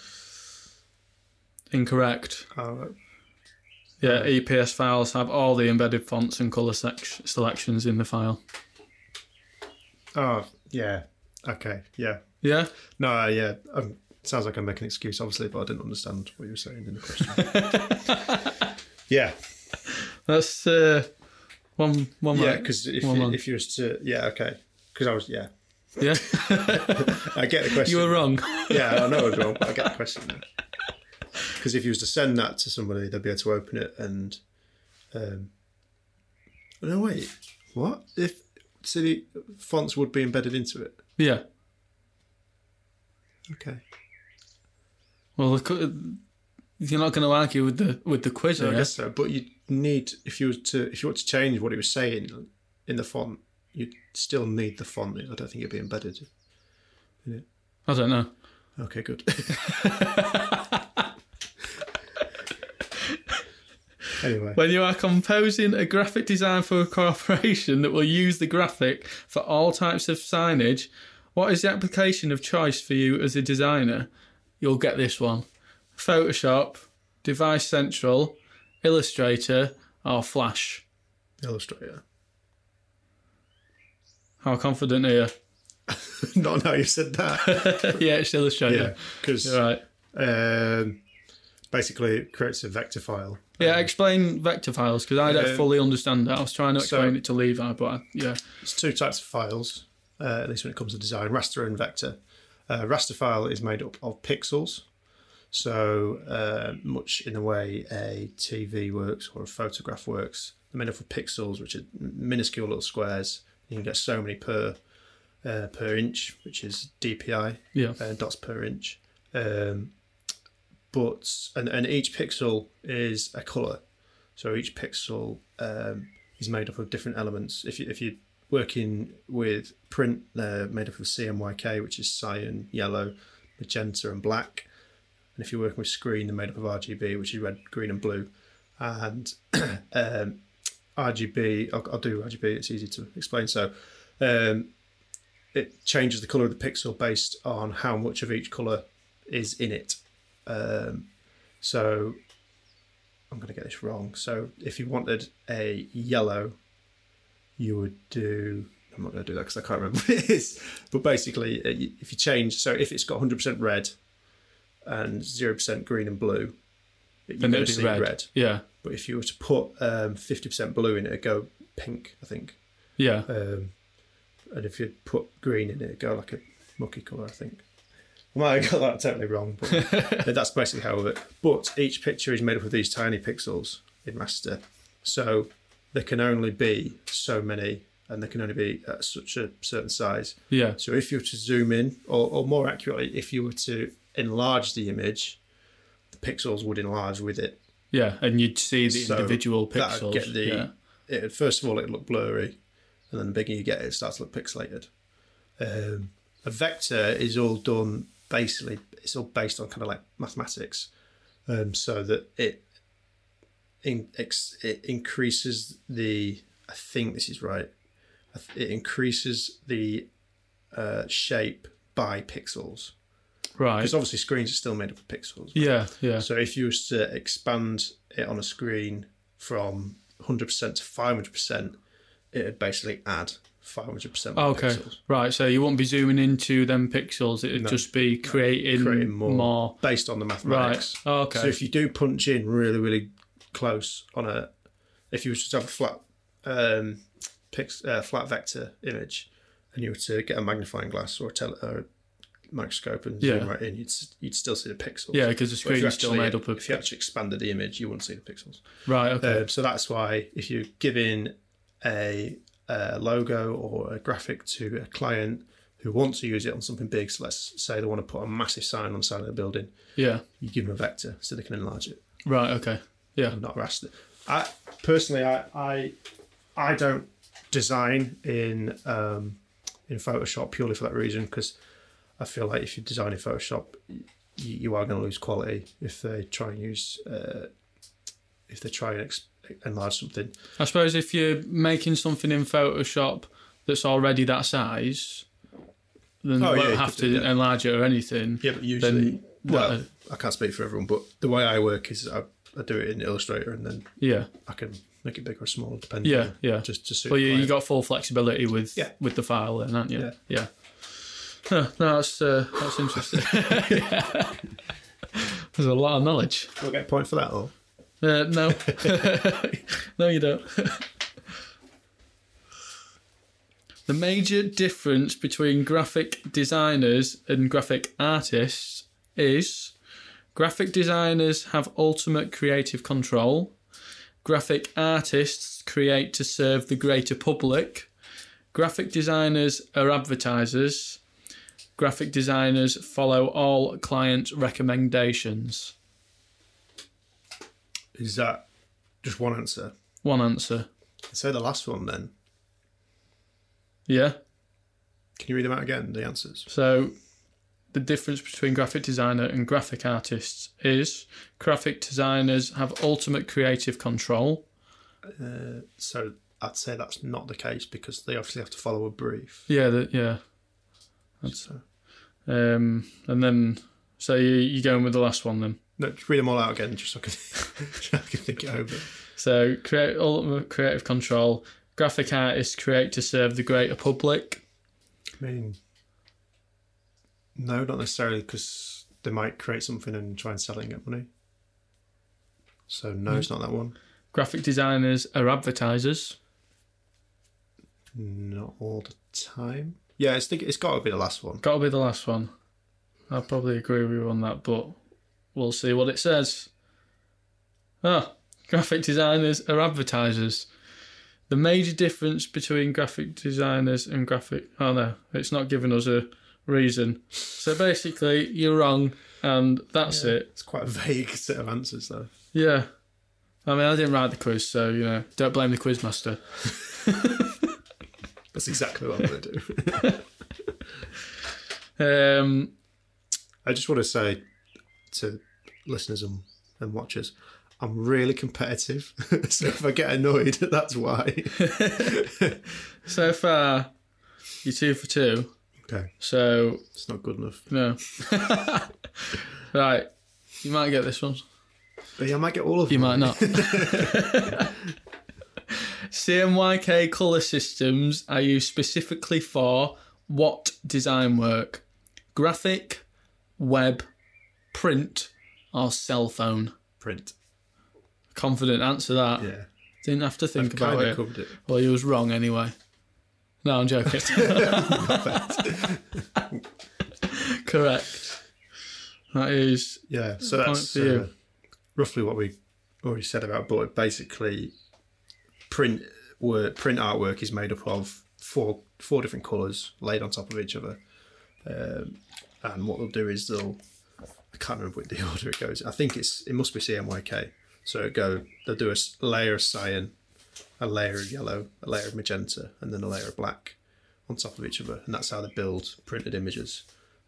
[SPEAKER 2] Incorrect.
[SPEAKER 1] Uh,
[SPEAKER 2] Yeah, EPS files have all the embedded fonts and color sec- selections in the file.
[SPEAKER 1] oh, yeah. Okay. Yeah.
[SPEAKER 2] Yeah?
[SPEAKER 1] No, uh, yeah. Um, sounds like I'm making an excuse, obviously, but I didn't understand what you were saying in the question. yeah.
[SPEAKER 2] That's uh, one, one
[SPEAKER 1] Yeah,
[SPEAKER 2] right.
[SPEAKER 1] because if,
[SPEAKER 2] One
[SPEAKER 1] you-
[SPEAKER 2] wrong.
[SPEAKER 1] if you was to. Yeah, okay. Because I was. Yeah.
[SPEAKER 2] Yeah?
[SPEAKER 1] I get the question.
[SPEAKER 2] You were wrong.
[SPEAKER 1] Yeah, I know I was wrong, but I get the question now. Because if you was to send that to somebody, they'd be able to open it and. Um, no wait, what if city fonts would be embedded into it?
[SPEAKER 2] Yeah.
[SPEAKER 1] Okay.
[SPEAKER 2] Well, the, qu- you're not going to argue with the with the quiz,
[SPEAKER 1] No,
[SPEAKER 2] I
[SPEAKER 1] I guess
[SPEAKER 2] guess.
[SPEAKER 1] so. But you need if you were to if you want to change what it was saying in the font, you'd still need the font. I don't think it'd be embedded.
[SPEAKER 2] I don't know.
[SPEAKER 1] Okay, good. anyway,
[SPEAKER 2] When you are composing a graphic design for a corporation that will use the graphic for all types of signage, what is the application of choice for you as a designer? You'll get this one Photoshop, Device Central, Illustrator, or Flash.
[SPEAKER 1] Illustrator.
[SPEAKER 2] How confident are you?
[SPEAKER 1] Not now you said that.
[SPEAKER 2] yeah, it's
[SPEAKER 1] yeah,
[SPEAKER 2] Illustrator.
[SPEAKER 1] because
[SPEAKER 2] You're right.
[SPEAKER 1] um, basically it creates a vector file.
[SPEAKER 2] Yeah, explain vector files because I don't
[SPEAKER 1] Um,
[SPEAKER 2] fully understand that. I was trying to
[SPEAKER 1] so-
[SPEAKER 2] explain it to Levi, but I, yeah,
[SPEAKER 1] It's two types of files, uh, at least when it comes to design: raster and vector. Uh, raster file is made up of pixels, so uh, much in the way a TV works or a photograph works. They're made up of pixels, which are minuscule little squares. You can get so many per uh, per inch, which is DPI,
[SPEAKER 2] yeah,
[SPEAKER 1] uh, dots per inch. Um, but and, and each pixel is a color, so each pixel um, is made up of different elements. If you if you're working with print, they're made up of CMYK, which is cyan, yellow, magenta, and black. And if you're working with screen, they're made up of RGB, which is red, green, and blue. And um, RGB, I'll, I'll do RGB. It's easy to explain. So. Um, it changes the color of the pixel based on how much of each color is in it. Um, so I'm going to get this wrong. So if you wanted a yellow, you would do. I'm not going to do that because I can't remember what it is. But basically, uh, you- if you change, so if it's got 100% red and 0% green and blue, you're
[SPEAKER 2] Then
[SPEAKER 1] going
[SPEAKER 2] it'd
[SPEAKER 1] to
[SPEAKER 2] be
[SPEAKER 1] see
[SPEAKER 2] red.
[SPEAKER 1] red.
[SPEAKER 2] yeah,
[SPEAKER 1] But if you were to put um, 50% blue in it, it'd go pink, I think.
[SPEAKER 2] yeah.
[SPEAKER 1] Um, and if you put green in it, it'd go like a mucky colour, I think. I might have got that totally wrong, but that's basically how it. But each picture is made up of these tiny pixels in raster, so there can only be so many, and they can only be at such a certain size.
[SPEAKER 2] Yeah,
[SPEAKER 1] So if you were to zoom in, or, or more accurately, if you were to enlarge the image, the pixels would enlarge with it.
[SPEAKER 2] yeah, and you'd see the
[SPEAKER 1] So
[SPEAKER 2] individual
[SPEAKER 1] That
[SPEAKER 2] pixels.
[SPEAKER 1] would get the
[SPEAKER 2] yeah.
[SPEAKER 1] it, first of all it looked blurry, and then the bigger you get it, it starts to look pixelated. Um, a vector is all done basically it's all based on kind of like mathematics, um, so that it in, ex, it increases the I think this is right. I th- It increases the uh, shape by pixels
[SPEAKER 2] right.
[SPEAKER 1] because obviously screens are still made up of pixels.
[SPEAKER 2] Yeah, yeah,
[SPEAKER 1] So if you was to expand it on a screen from 100% to 500%, it would basically add 500% more
[SPEAKER 2] Okay.
[SPEAKER 1] pixels.
[SPEAKER 2] right. So you won't be zooming into them pixels; it'd
[SPEAKER 1] No.
[SPEAKER 2] just be creating,
[SPEAKER 1] Creating
[SPEAKER 2] more.
[SPEAKER 1] more, based on the
[SPEAKER 2] Right. Oh,
[SPEAKER 1] mathematics.
[SPEAKER 2] Okay.
[SPEAKER 1] So if you do punch in really, really close on a, if you was to have a flat, um, pix, uh, flat vector image, and you were to get a magnifying glass or a, tele, or a microscope and
[SPEAKER 2] Yeah.
[SPEAKER 1] zoom right in, you'd s- you'd still see the pixels.
[SPEAKER 2] yeah, because the
[SPEAKER 1] But if you
[SPEAKER 2] screen's still
[SPEAKER 1] actually-
[SPEAKER 2] made up of.
[SPEAKER 1] If you actually expanded the image, you wouldn't see the pixels.
[SPEAKER 2] Right. Okay.
[SPEAKER 1] Um, so that's why if you're giving a, a logo or a graphic to a client who wants to use it on something big, so let's say they want to put a massive sign on the side of the building,
[SPEAKER 2] yeah.
[SPEAKER 1] you give them a vector so they can enlarge it
[SPEAKER 2] Right. Okay. Yeah.
[SPEAKER 1] and not raster. I personally, I I, I don't design in um, in Photoshop purely for that reason because I feel like if you design in Photoshop, you, you are going to lose quality if they try and use uh, if they try and ex- enlarge something.
[SPEAKER 2] I suppose if you're making something in Photoshop that's already that size, then
[SPEAKER 1] Oh, yeah,
[SPEAKER 2] you won't
[SPEAKER 1] you
[SPEAKER 2] have
[SPEAKER 1] could
[SPEAKER 2] to
[SPEAKER 1] do that.
[SPEAKER 2] enlarge it or anything.
[SPEAKER 1] Yeah, but usually,
[SPEAKER 2] Then
[SPEAKER 1] well,
[SPEAKER 2] that-
[SPEAKER 1] I can't speak for everyone, but the way I work is I, I do it in Illustrator and then
[SPEAKER 2] yeah.
[SPEAKER 1] I can make it bigger or smaller depending.
[SPEAKER 2] Yeah.
[SPEAKER 1] on-
[SPEAKER 2] Yeah.
[SPEAKER 1] just to suit.
[SPEAKER 2] Well,
[SPEAKER 1] the
[SPEAKER 2] you, you
[SPEAKER 1] client.
[SPEAKER 2] got full flexibility with
[SPEAKER 1] Yeah.
[SPEAKER 2] with the file, then, aren't you?
[SPEAKER 1] Yeah.
[SPEAKER 2] Yeah. Huh, no, that's uh, that's interesting. There's a lot of knowledge.
[SPEAKER 1] Do I get a point for that or
[SPEAKER 2] Uh, no, no, you don't. the major difference between graphic designers and graphic artists is Graphic designers have ultimate creative control. Graphic artists create to serve the greater public. Graphic designers are advertisers. Graphic designers follow all client recommendations.
[SPEAKER 1] Is that just one answer?
[SPEAKER 2] One answer.
[SPEAKER 1] Say the last one then.
[SPEAKER 2] Yeah.
[SPEAKER 1] Can you read them out again, the answers?
[SPEAKER 2] So, the difference between graphic designer and graphic artists is graphic designers have ultimate creative control.
[SPEAKER 1] So I'd say that's not the case because they obviously have to follow a brief.
[SPEAKER 2] Yeah, the, yeah.
[SPEAKER 1] So,
[SPEAKER 2] Um, and then, so you you going with the last one then?
[SPEAKER 1] no, just read them all out again just so I can, so I can think it over.
[SPEAKER 2] So, create ultimate creative control. Graphic artists create to serve the greater public.
[SPEAKER 1] I mean, no, not necessarily because they might create something and try and sell it and get money. So no,
[SPEAKER 2] Mm.
[SPEAKER 1] it's not that one.
[SPEAKER 2] Graphic designers are advertisers.
[SPEAKER 1] Not all the time. Yeah, it's think it's got to be the last one.
[SPEAKER 2] Got to be the last one. I'll probably agree with you on that, but we'll see what it says. Ah, graphic designers are advertisers. The major difference between graphic designers and graphic. Oh no, it's not giving us a reason. So basically, you're wrong, and that's it.
[SPEAKER 1] It's quite a vague set of answers though.
[SPEAKER 2] Yeah. I mean, I didn't write the quiz, so, you know, don't blame the quizmaster.
[SPEAKER 1] That's exactly what I'm going to do.
[SPEAKER 2] Um,
[SPEAKER 1] I just want to say to listeners and, and watchers, I'm really competitive. so if I get annoyed, that's why.
[SPEAKER 2] so far, you're two for two.
[SPEAKER 1] Okay,
[SPEAKER 2] So
[SPEAKER 1] it's not good enough.
[SPEAKER 2] No. right. You might get this one.
[SPEAKER 1] But yeah, I might get all of
[SPEAKER 2] You
[SPEAKER 1] them.
[SPEAKER 2] might not. CMYK colour systems are used specifically for what design work? Graphic, web, print, or cell phone?
[SPEAKER 1] print.
[SPEAKER 2] Confident answer that.
[SPEAKER 1] Yeah,
[SPEAKER 2] Didn't have to think about
[SPEAKER 1] kind
[SPEAKER 2] it.
[SPEAKER 1] of covered it.
[SPEAKER 2] Well, you was wrong anyway. No, I'm joking. Correct. That is
[SPEAKER 1] Yeah, so
[SPEAKER 2] Point
[SPEAKER 1] that's
[SPEAKER 2] for you.
[SPEAKER 1] uh, roughly what we already said about. But basically, print work, print artwork is made up of four four different colours laid on top of each other, um, and what they'll do is they'll I can't remember what the order it goes. I think it's it must be CMYK. So it go they'll do a s- layer of cyan, a layer of yellow, a layer of magenta, and then a layer of black on top of each other, and that's how they build printed images.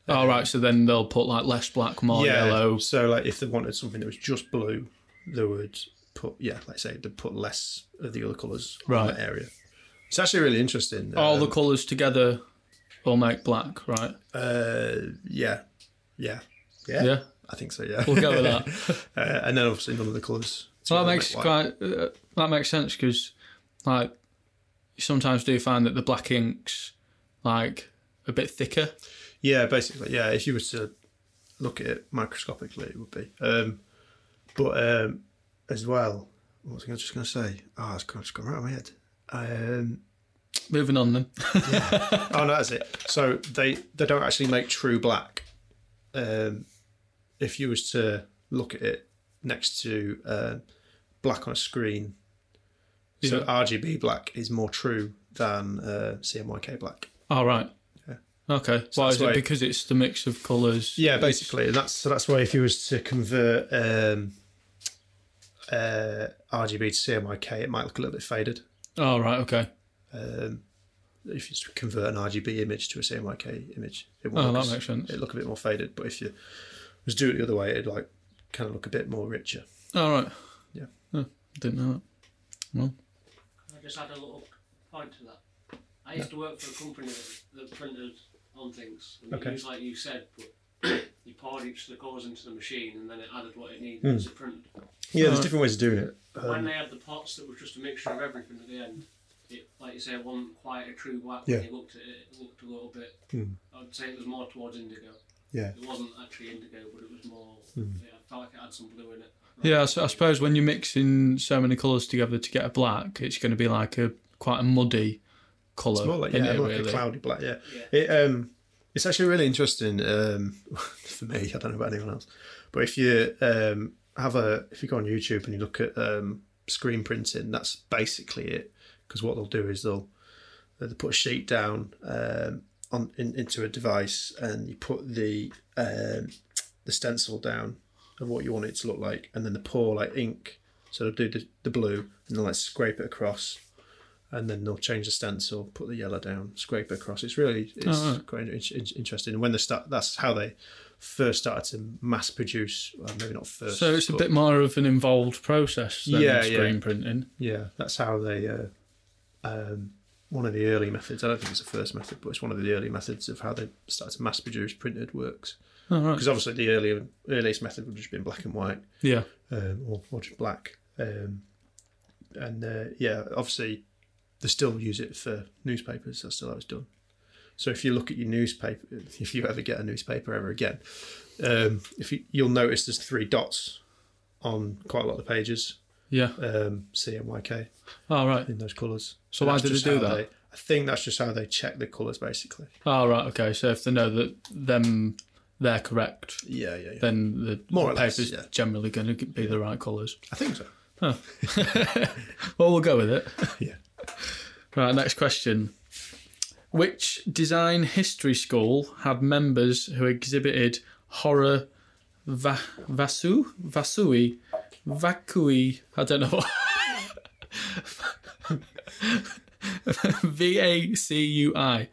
[SPEAKER 2] All right, so then they'll put like less black, more yellow.
[SPEAKER 1] So like if they wanted something that was just blue, they would put yeah, like I say they'd put less of the other colours on
[SPEAKER 2] Right.
[SPEAKER 1] that area. It's actually really interesting.
[SPEAKER 2] All
[SPEAKER 1] Um,
[SPEAKER 2] the colours together will make black, right?
[SPEAKER 1] uh, yeah, yeah, yeah,
[SPEAKER 2] Yeah,
[SPEAKER 1] I think so. Yeah,
[SPEAKER 2] we'll go with that.
[SPEAKER 1] uh, and then obviously none of the colours.
[SPEAKER 2] well, that
[SPEAKER 1] together
[SPEAKER 2] makes
[SPEAKER 1] make white.
[SPEAKER 2] quite uh, that makes sense because like you sometimes do find that the black inks like a bit thicker.
[SPEAKER 1] Yeah, basically, yeah. If you were to look at it microscopically, it would be. Um, but um, as well, what was I just going to say? Oh, it's gone, it's gone right out of my head. Um,
[SPEAKER 2] Moving on then.
[SPEAKER 1] Oh no, that's it. So they they don't actually make true black. Um, if you was to look at it next to uh, black on a screen, so
[SPEAKER 2] Yeah.
[SPEAKER 1] RGB black is more true than uh, CMYK black.
[SPEAKER 2] All right. Okay. Why
[SPEAKER 1] that's
[SPEAKER 2] is it?
[SPEAKER 1] why-
[SPEAKER 2] Because it's the mix of colours.
[SPEAKER 1] Yeah, basically, and that's so that's why if you was to convert um, uh, RGB to CMYK, it might look a little bit faded.
[SPEAKER 2] All right. Okay.
[SPEAKER 1] Um, if you just convert an RGB image to a CMYK image, it
[SPEAKER 2] Oh,
[SPEAKER 1] look
[SPEAKER 2] that
[SPEAKER 1] as-
[SPEAKER 2] makes sense.
[SPEAKER 1] It'd look a bit more faded, but if you was do it the other way, it'd like kind of look a bit more richer.
[SPEAKER 2] All right.
[SPEAKER 1] Yeah.
[SPEAKER 2] Oh, didn't know that.
[SPEAKER 3] I just had a little point to that. I used to work for a company that, that printed on things. And
[SPEAKER 1] Okay.
[SPEAKER 3] It was like you said, but you poured each of the colours into the machine and then it added what it
[SPEAKER 1] Hmm.
[SPEAKER 3] needed as it printed.
[SPEAKER 1] Yeah,
[SPEAKER 2] there's
[SPEAKER 1] different ways of doing it.
[SPEAKER 3] when they had the pots that was just a mixture of everything at the end, it, like you say, it wasn't quite a true black
[SPEAKER 1] Yeah. Hmm.
[SPEAKER 3] when you looked at it. It looked a little bit, I'd say it was more towards indigo.
[SPEAKER 1] Yeah.
[SPEAKER 3] It wasn't actually indigo, but it was more,
[SPEAKER 1] Hmm.
[SPEAKER 3] yeah, I felt like it had some blue in it.
[SPEAKER 2] Yeah, so I suppose when you're mixing so many colours together to get a black, it's going to be like a quite a muddy colour.
[SPEAKER 1] It's more like,
[SPEAKER 2] isn't
[SPEAKER 1] yeah,
[SPEAKER 2] it,
[SPEAKER 1] like
[SPEAKER 2] really?
[SPEAKER 1] a cloudy black. Yeah,
[SPEAKER 3] Yeah.
[SPEAKER 1] It, um, it's actually really interesting um, for me. I don't know about anyone else, But if you um, have a, if you go on YouTube and you look at um, screen printing, that's basically it. Because what they'll do is they'll uh, they put a sheet down um, on in, into a device, and you put the um, the stencil down of what you want it to look like, and then they pour like ink. So they'll do the, the blue, and they'll like scrape it across, and then they'll change the stencil, put the yellow down, scrape it across. It's really it's
[SPEAKER 2] Oh, right.
[SPEAKER 1] quite in- in- interesting. And when they start, that's how they first started to mass produce. Well, maybe not first.
[SPEAKER 2] So it's a
[SPEAKER 1] but-
[SPEAKER 2] bit more of an involved process than
[SPEAKER 1] Yeah,
[SPEAKER 2] screen
[SPEAKER 1] yeah.
[SPEAKER 2] printing.
[SPEAKER 1] Yeah, that's how they. Uh, um, one of the early methods. I don't think it's the first method, but it's one of the early methods of how they started to mass produce printed works.
[SPEAKER 2] All right.
[SPEAKER 1] Because obviously the earlier earliest method would just be in black and white,
[SPEAKER 2] Yeah.
[SPEAKER 1] um, or, or just black. Um, and uh, yeah, obviously they still use it for newspapers. That's still how it's done. So if you look at your newspaper, if you ever get a newspaper ever again, um, if you, you'll notice there's three dots on quite a lot of the pages.
[SPEAKER 2] Yeah.
[SPEAKER 1] Um, CMYK
[SPEAKER 2] All right.
[SPEAKER 1] in those colours.
[SPEAKER 2] So
[SPEAKER 1] And
[SPEAKER 2] why
[SPEAKER 1] that's
[SPEAKER 2] did they
[SPEAKER 1] just
[SPEAKER 2] do
[SPEAKER 1] how
[SPEAKER 2] that?
[SPEAKER 1] they- I think that's just how they check the colours, basically.
[SPEAKER 2] All right. Okay. So if they know that them they're correct,
[SPEAKER 1] Yeah, yeah, yeah.
[SPEAKER 2] then the
[SPEAKER 1] More or less,
[SPEAKER 2] paper's
[SPEAKER 1] yeah.
[SPEAKER 2] generally going to be the right colours.
[SPEAKER 1] I think so.
[SPEAKER 2] Well, we'll go with it.
[SPEAKER 1] Yeah.
[SPEAKER 2] Right, next question. Which design history school had members who exhibited horror va- vasu vasui vacui? I don't know. V a c u i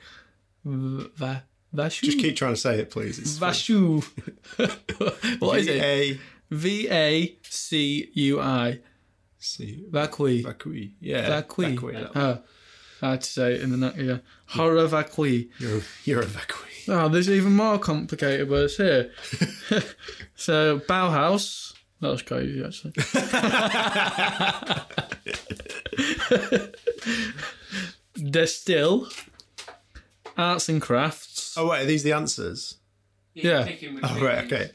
[SPEAKER 2] va vashu
[SPEAKER 1] Just keep trying to say it, please. It's
[SPEAKER 2] vashu. what is it?
[SPEAKER 1] A
[SPEAKER 2] V a c u i
[SPEAKER 1] C
[SPEAKER 2] vacui.
[SPEAKER 1] Vacui. Yeah.
[SPEAKER 2] Vacui.
[SPEAKER 1] Eh, that one.
[SPEAKER 2] Oh, I had to say it in the night, yeah. Horror vacui.
[SPEAKER 1] You're, a- you're a vacui.
[SPEAKER 2] Oh, there's even more complicated words here. so, Bauhaus. That was quite easy, actually. Destil. Arts and crafts.
[SPEAKER 1] Oh wait, are these the answers?
[SPEAKER 2] Yeah.
[SPEAKER 3] Picking with
[SPEAKER 1] Oh
[SPEAKER 3] big
[SPEAKER 1] right,
[SPEAKER 3] names.
[SPEAKER 1] okay.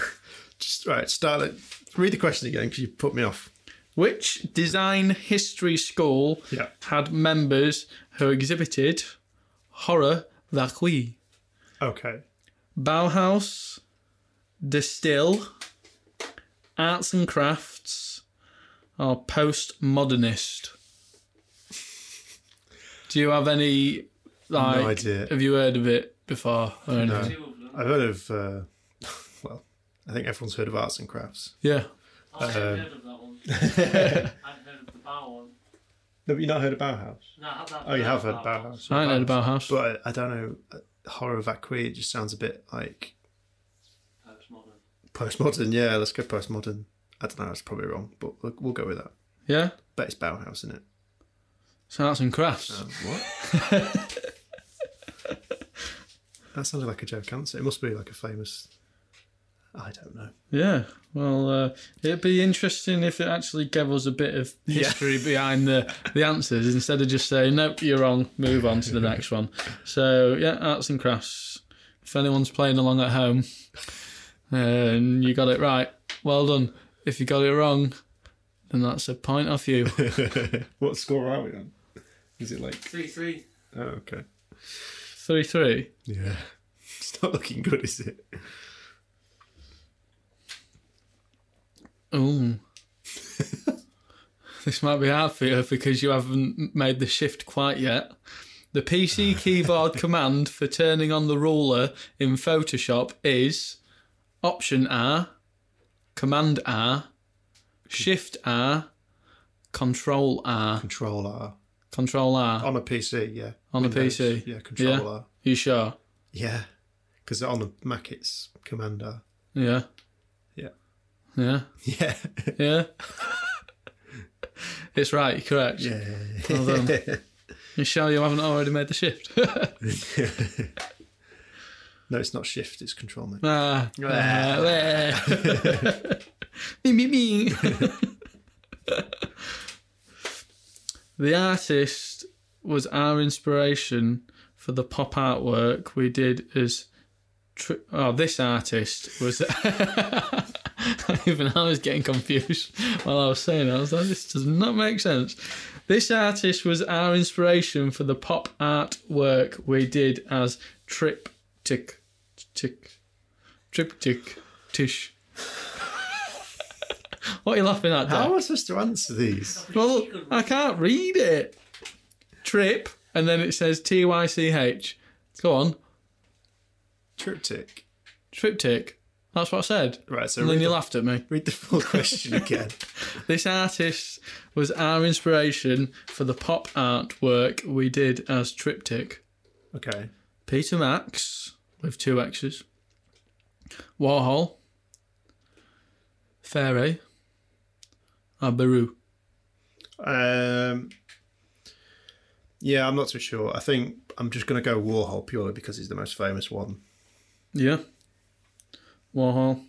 [SPEAKER 1] Just right, start it. Read the question again because you put me off.
[SPEAKER 2] Which design history school
[SPEAKER 1] Yeah.
[SPEAKER 2] had members who exhibited horror vacui?
[SPEAKER 1] Okay.
[SPEAKER 2] Bauhaus, Distill, Arts and Crafts, or Postmodernist. Do you have any? Like,
[SPEAKER 1] idea.
[SPEAKER 2] Have you heard of it before? Or anything?
[SPEAKER 3] Two of them.
[SPEAKER 1] I've heard of. Uh, well, I think everyone's heard of arts and crafts.
[SPEAKER 2] Yeah.
[SPEAKER 3] I've
[SPEAKER 1] Um,
[SPEAKER 3] heard of that one. I've heard of the bar one.
[SPEAKER 1] No, but you not heard of Bauhaus?
[SPEAKER 3] No, I have
[SPEAKER 1] Oh, you have heard of Bauhaus.
[SPEAKER 2] I ain't heard of Bauhaus.
[SPEAKER 1] But I don't know. uh, Horror vacui. It just sounds a bit like
[SPEAKER 3] Postmodern.
[SPEAKER 1] postmodern. Yeah, let's go postmodern. I don't know. That's probably wrong, but we'll, we'll go with that.
[SPEAKER 2] yeah,
[SPEAKER 1] But it's Bauhaus, isn't it?
[SPEAKER 2] it's Arts and Crafts.
[SPEAKER 1] what? that sounded like a joke answer. It must be like a famous. I don't know.
[SPEAKER 2] Yeah. Well, uh, it'd be interesting if it actually gave us a bit of history behind the, the answers instead of just saying, nope, you're wrong, move on to the next one. So, yeah, arts and crafts. If anyone's playing along at home and you got it right, well done. If you got it wrong, then that's a point off you.
[SPEAKER 1] what score are we on? Is it like?
[SPEAKER 3] 3 3.
[SPEAKER 1] Oh, okay.
[SPEAKER 2] 3 3.
[SPEAKER 1] Yeah. It's not looking good, is it?
[SPEAKER 2] Ooh. this might be hard for you because you haven't made the shift quite yet. The PC keyboard command for turning on the ruler in Photoshop is Option R, Command R, Shift R, Control R.
[SPEAKER 1] Control R
[SPEAKER 2] Control R
[SPEAKER 1] on a PC. Yeah.
[SPEAKER 2] on the
[SPEAKER 1] Windows,
[SPEAKER 2] PC.
[SPEAKER 1] Yeah. Control
[SPEAKER 2] Yeah.
[SPEAKER 1] R.
[SPEAKER 2] You sure?
[SPEAKER 1] Yeah. Because on the Mac it's Command R. Yeah.
[SPEAKER 2] Yeah. Yeah.
[SPEAKER 1] Yeah.
[SPEAKER 2] Yeah. it's right. You're correct.
[SPEAKER 1] yeah.
[SPEAKER 2] Well done. You sure you haven't already made the shift?
[SPEAKER 1] No, it's not shift. It's control. Mate.
[SPEAKER 2] Ah, ah, wah. Bing, bing, bing. the artist was our inspiration for the pop artwork we did as. Tri- oh, this artist was. Even I was getting confused while I was saying that. I was like, this does not make sense. This artist was our inspiration for the pop artwork we did as Triptych. Tick. Triptych. Tish. What are you laughing at,
[SPEAKER 1] How
[SPEAKER 2] Dan?
[SPEAKER 1] am I supposed to answer these?
[SPEAKER 2] Well, I can't read it. Trip, and then it says T Y C H. Go on,
[SPEAKER 1] Triptych.
[SPEAKER 2] triptych. That's what I said.
[SPEAKER 1] Right, so
[SPEAKER 2] And then
[SPEAKER 1] read
[SPEAKER 2] you
[SPEAKER 1] the,
[SPEAKER 2] laughed at me.
[SPEAKER 1] read the full question again.
[SPEAKER 2] This artist was our inspiration for the pop artwork we did as Triptych.
[SPEAKER 1] Okay.
[SPEAKER 2] Peter Max, with two X's. Warhol. Ferre. And Baru.
[SPEAKER 1] Um, yeah, I'm not too sure. I think I'm just going to go Warhol purely because he's the most famous one.
[SPEAKER 2] Yeah. Warhol.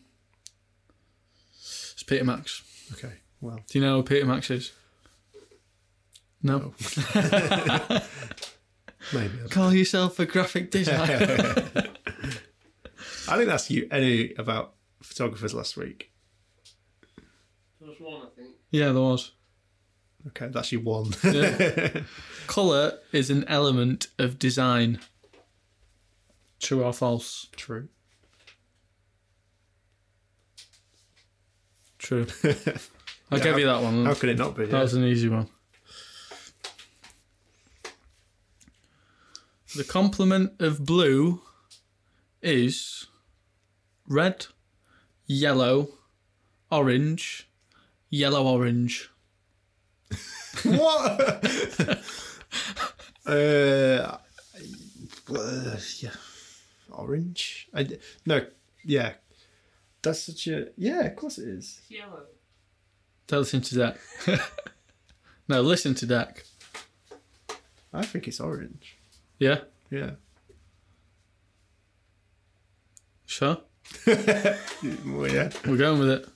[SPEAKER 2] It's Peter Max.
[SPEAKER 1] Okay, well,
[SPEAKER 2] Do you know who Peter Max is? No.
[SPEAKER 1] maybe.
[SPEAKER 2] Call yourself a graphic designer.
[SPEAKER 1] I didn't ask you any about photographers last week.
[SPEAKER 3] There was one, I think.
[SPEAKER 2] yeah, there was.
[SPEAKER 1] Okay, that's your one.
[SPEAKER 2] Colour is an element of design. True or false?
[SPEAKER 1] True.
[SPEAKER 2] True. I
[SPEAKER 1] Yeah,
[SPEAKER 2] gave you that one.
[SPEAKER 1] How could it not be?
[SPEAKER 2] That was an easy one. The complement of blue is red, yellow, orange, yellow orange.
[SPEAKER 1] what? uh, uh, yeah. Orange? I d no, yeah. That's such a. Yeah, of course it is.
[SPEAKER 3] It's yellow.
[SPEAKER 2] Don't listen to Dak. no, listen to Dak.
[SPEAKER 1] I think it's orange.
[SPEAKER 2] Yeah,
[SPEAKER 1] Yeah.
[SPEAKER 2] sure.
[SPEAKER 1] Well, yeah.
[SPEAKER 2] We're going with it.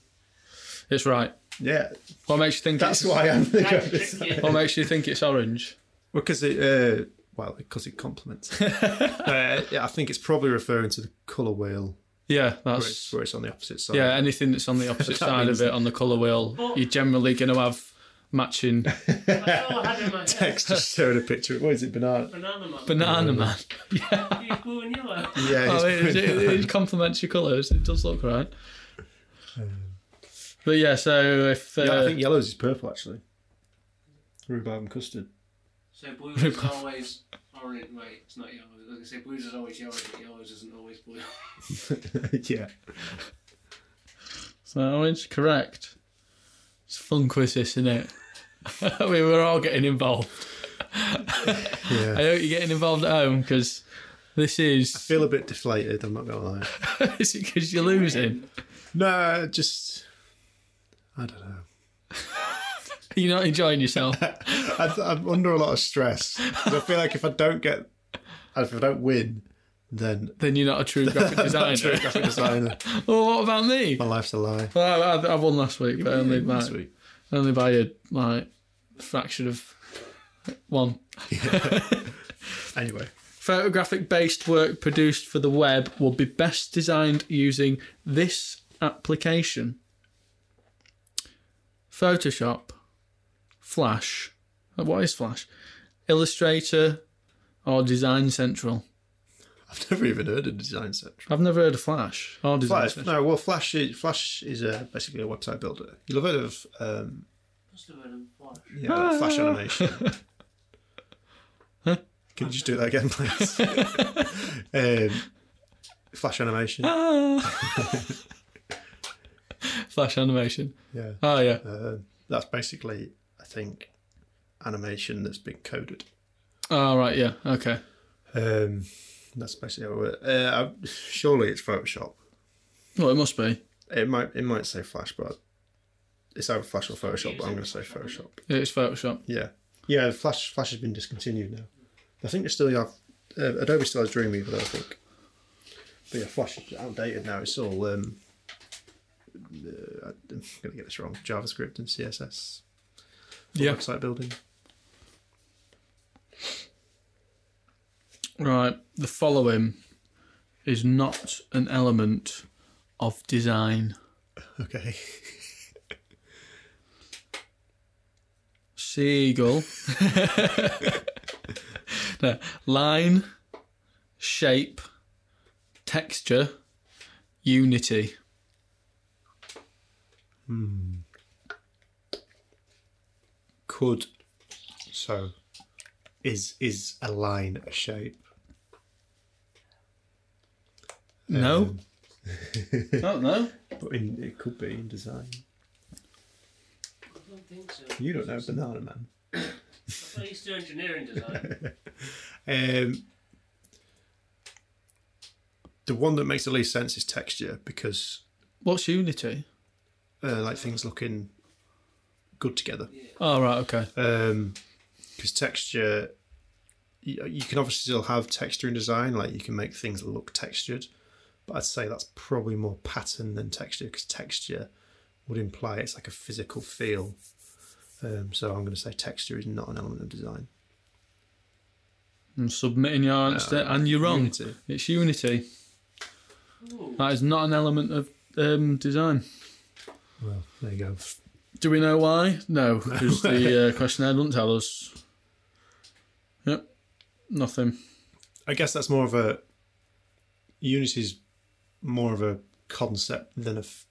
[SPEAKER 2] It's right.
[SPEAKER 1] Yeah.
[SPEAKER 2] What makes you think?
[SPEAKER 1] That's
[SPEAKER 2] it's,
[SPEAKER 1] why I'm the
[SPEAKER 3] That's
[SPEAKER 1] this.
[SPEAKER 3] tricky.
[SPEAKER 2] What makes you think it's orange?
[SPEAKER 1] Well, because it. Uh, well, because it complements. uh, yeah, I think it's probably referring to the colour wheel
[SPEAKER 2] Yeah,
[SPEAKER 1] where
[SPEAKER 2] that's
[SPEAKER 1] it's, where it's on the opposite side.
[SPEAKER 2] Yeah, anything that's on the opposite
[SPEAKER 1] That
[SPEAKER 2] side
[SPEAKER 1] means-
[SPEAKER 2] of it on the colour wheel,
[SPEAKER 3] But-
[SPEAKER 2] you're generally going to have matching
[SPEAKER 3] That's all I had in my head.
[SPEAKER 1] Text just showed a picture. What is it, banana?
[SPEAKER 3] Banana man.
[SPEAKER 2] banana man. Yeah,
[SPEAKER 3] He's blue and yellow.
[SPEAKER 1] Yeah,
[SPEAKER 2] Oh, it,
[SPEAKER 1] it's
[SPEAKER 2] is- it, it complements your colours. It does look right. But yeah, so if uh,
[SPEAKER 1] Um, Yeah, I think yellows is purple actually. Rhubarb and custard.
[SPEAKER 3] So blue is always orange. Wait, it's not yellow. I was gonna say blue is always yellow, but yellow isn't always blue.
[SPEAKER 1] yeah.
[SPEAKER 2] so orange, correct. It's a fun quiz, this, isn't it? I mean, we're all getting involved. I
[SPEAKER 1] Yeah. I
[SPEAKER 2] hope you're getting involved at home because this is
[SPEAKER 1] feel a bit deflated, I'm not gonna lie.
[SPEAKER 2] is it because you're losing?
[SPEAKER 1] No, just I don't know.
[SPEAKER 2] You're not enjoying yourself.
[SPEAKER 1] I, I'm under a lot of stress. 'Cause I feel like if I don't get, if I don't win, then
[SPEAKER 2] then you're not a true
[SPEAKER 1] I'm
[SPEAKER 2] graphic
[SPEAKER 1] not
[SPEAKER 2] designer.
[SPEAKER 1] a true graphic designer.
[SPEAKER 2] Well, what about me?
[SPEAKER 1] My life's a lie.
[SPEAKER 2] Well, I, I, I won last week, but only by
[SPEAKER 1] This week.
[SPEAKER 2] only by a like fraction of one.
[SPEAKER 1] Anyway,
[SPEAKER 2] Photographic based work produced for the web will be best designed using this application Photoshop, Flash. uh, What is Flash? Illustrator or Design Central.
[SPEAKER 1] I've never even heard of Design Central.
[SPEAKER 2] I've never heard of Flash or Design
[SPEAKER 1] Flash.
[SPEAKER 2] Central.
[SPEAKER 1] No, well, Flash is Flash is a, basically a website builder. You'll have heard of um,
[SPEAKER 3] Must have been a flash.
[SPEAKER 1] yeah, like Flash animation. Can you just do that again, please? um, flash animation.
[SPEAKER 2] Flash animation.
[SPEAKER 1] Yeah,
[SPEAKER 2] Oh, yeah.
[SPEAKER 1] Um that's basically, I think, animation that's been coded.
[SPEAKER 2] Oh, right, yeah. Okay.
[SPEAKER 1] Um, that's basically how it works. Uh, I- surely it's Photoshop.
[SPEAKER 2] Well, it must be.
[SPEAKER 1] It might it might say Flash, but it's either Flash or Photoshop. But I'm going to say Photoshop.
[SPEAKER 2] It's Photoshop.
[SPEAKER 1] Yeah, yeah. Flash Flash has been discontinued now. I think they still have uh, Adobe still has Dreamweaver though. I think. But yeah, Flash is outdated now. It's all um, uh, I'm going to get this wrong. JavaScript and CSS. for
[SPEAKER 2] Yeah.
[SPEAKER 1] Website building.
[SPEAKER 2] Right. The following is not an element of design.
[SPEAKER 1] Okay.
[SPEAKER 2] Seagull. no. Line, shape, texture, unity.
[SPEAKER 1] Could so is is a line a shape?
[SPEAKER 2] No. Oh, I don't know.
[SPEAKER 1] But in, it could be in design.
[SPEAKER 3] I don't think so.
[SPEAKER 1] You don't know Banana Man.
[SPEAKER 3] I used to engineering design.
[SPEAKER 1] Um, the one that makes the least sense is texture because
[SPEAKER 2] What's Unity?
[SPEAKER 1] uh, like things looking good together.
[SPEAKER 2] Oh, right, okay.
[SPEAKER 1] because texture you, you can obviously still have texture in design like you can make things look textured but i'd say that's probably more pattern than texture because texture would imply it's like a physical feel um, so i'm going to say texture is not an element of design
[SPEAKER 2] I'm submitting your answer, and you're wrong.
[SPEAKER 1] Unity.
[SPEAKER 2] It's Unity.
[SPEAKER 3] Ooh,
[SPEAKER 2] That is not an element of um, design.
[SPEAKER 1] well there you go
[SPEAKER 2] Do we know why? No, because the uh, questionnaire doesn't tell us. Yep, nothing.
[SPEAKER 1] i guess that's more of a unity's more of a concept than a f-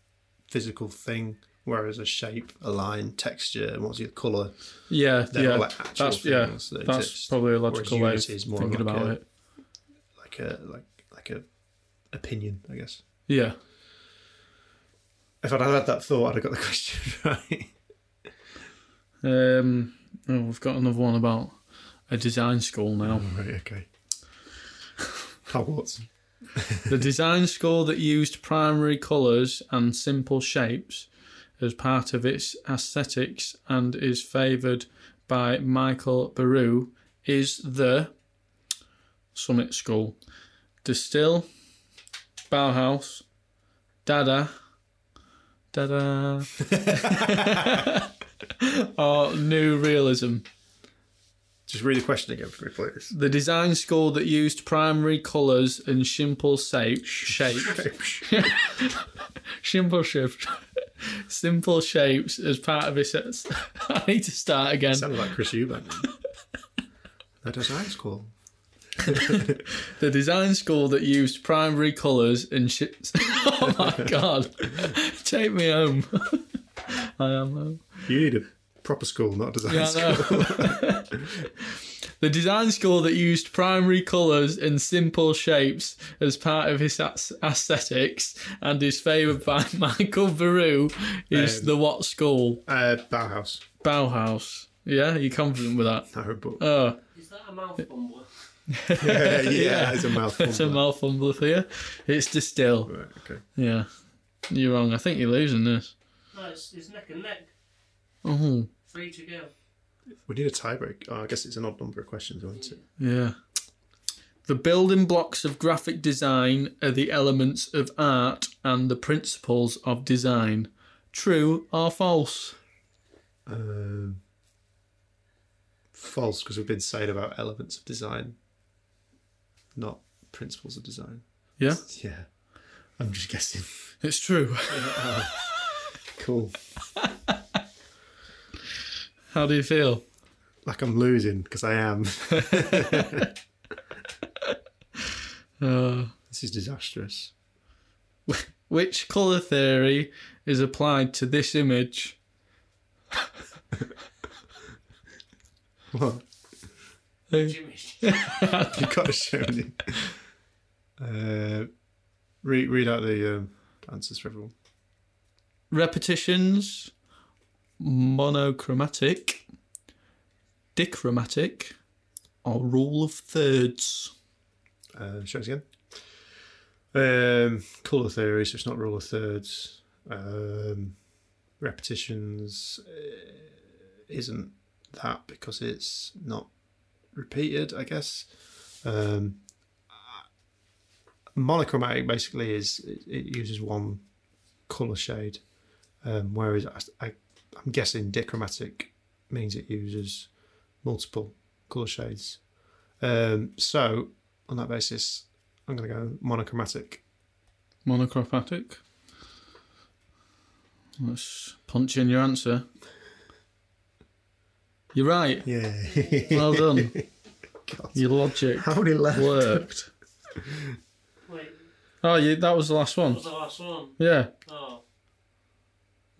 [SPEAKER 1] physical thing whereas a shape a line texture and what's your color
[SPEAKER 2] Yeah,
[SPEAKER 1] They're
[SPEAKER 2] yeah,
[SPEAKER 1] all like actual
[SPEAKER 2] that's yeah,
[SPEAKER 1] things that
[SPEAKER 2] that's
[SPEAKER 1] exist.
[SPEAKER 2] probably a
[SPEAKER 1] Whereas
[SPEAKER 2] logical way of
[SPEAKER 1] Unity is more
[SPEAKER 2] thinking
[SPEAKER 1] like
[SPEAKER 2] about
[SPEAKER 1] a-
[SPEAKER 2] it.
[SPEAKER 1] like a like like a opinion, I guess.
[SPEAKER 2] Yeah,
[SPEAKER 1] If I'd had that thought, I'd have got the question right.
[SPEAKER 2] um, oh, we've got another one about a design school now.
[SPEAKER 1] right, okay. Hogwarts.
[SPEAKER 2] the design school that used primary colours and simple shapes as part of its aesthetics and is favoured by Michael Baru is the Summit School, Distill, Bauhaus, Dada, Dada, or New Realism.
[SPEAKER 1] Just read the question again for me, please.
[SPEAKER 2] The design school that used primary colours and simple shape, shape simple shapes, simple shapes as part of its. I need to start again.
[SPEAKER 1] Sounded like Chris Eubank. That is nice cool.
[SPEAKER 2] The design school that used primary colours and shi oh my god! Take me home. I am home.
[SPEAKER 1] You need a proper school, not a design
[SPEAKER 2] Yeah, I
[SPEAKER 1] school.
[SPEAKER 2] know. the design school that used primary colours and simple shapes as part of his aes- aesthetics and is favoured by Michael Baru is
[SPEAKER 1] Um,
[SPEAKER 2] the what school?
[SPEAKER 1] Uh, Bauhaus.
[SPEAKER 2] Bauhaus. Yeah, you confident with that?
[SPEAKER 1] No, but
[SPEAKER 2] Oh,
[SPEAKER 3] is that a mouth bumble?
[SPEAKER 1] yeah, it's a mouthful.
[SPEAKER 2] it's a mouthful for you. It's distill.
[SPEAKER 1] Right, okay.
[SPEAKER 2] Yeah, you're wrong. I think you're losing this.
[SPEAKER 3] No, it's, it's neck and neck.
[SPEAKER 2] Oh,
[SPEAKER 3] Three to go.
[SPEAKER 1] We need a tiebreak. Oh, I guess it's an odd number of questions, isn't it?
[SPEAKER 2] yeah. The building blocks of graphic design are the elements of art and the principles of design. True or false?
[SPEAKER 1] Um, false, because we've been saying about elements of design, not principles of design.
[SPEAKER 2] Yeah,
[SPEAKER 1] Yeah. I'm just guessing.
[SPEAKER 2] it's true.
[SPEAKER 1] Cool.
[SPEAKER 2] How do you feel?
[SPEAKER 1] Like I'm losing, because I am.
[SPEAKER 2] Uh,
[SPEAKER 1] this is disastrous.
[SPEAKER 2] which colour theory is applied to this image?
[SPEAKER 1] What?
[SPEAKER 2] Uh,
[SPEAKER 3] Jimmy.
[SPEAKER 1] You've got to show me. Uh, read, read out the um, answers for everyone.
[SPEAKER 2] repetitions, monochromatic, dichromatic, or rule of thirds?
[SPEAKER 1] Uh, show us again. Um, color theory, so it's not rule of thirds. Um, repetitions uh, isn't that because it's not repeated, I guess. Um, monochromatic basically is it, it uses one color shade, um, whereas I, I, I'm guessing dichromatic means it uses multiple color shades. Um, so on that basis, I'm going to go monochromatic.
[SPEAKER 2] Monochromatic. Let's punch in your answer. You're right.
[SPEAKER 1] Yeah.
[SPEAKER 2] Well done.
[SPEAKER 1] God.
[SPEAKER 2] Your logic
[SPEAKER 1] How many left?
[SPEAKER 2] worked.
[SPEAKER 3] Wait,
[SPEAKER 2] Oh, you, that was the last
[SPEAKER 3] that
[SPEAKER 2] one.
[SPEAKER 3] was the last one.
[SPEAKER 2] Yeah.
[SPEAKER 3] Oh.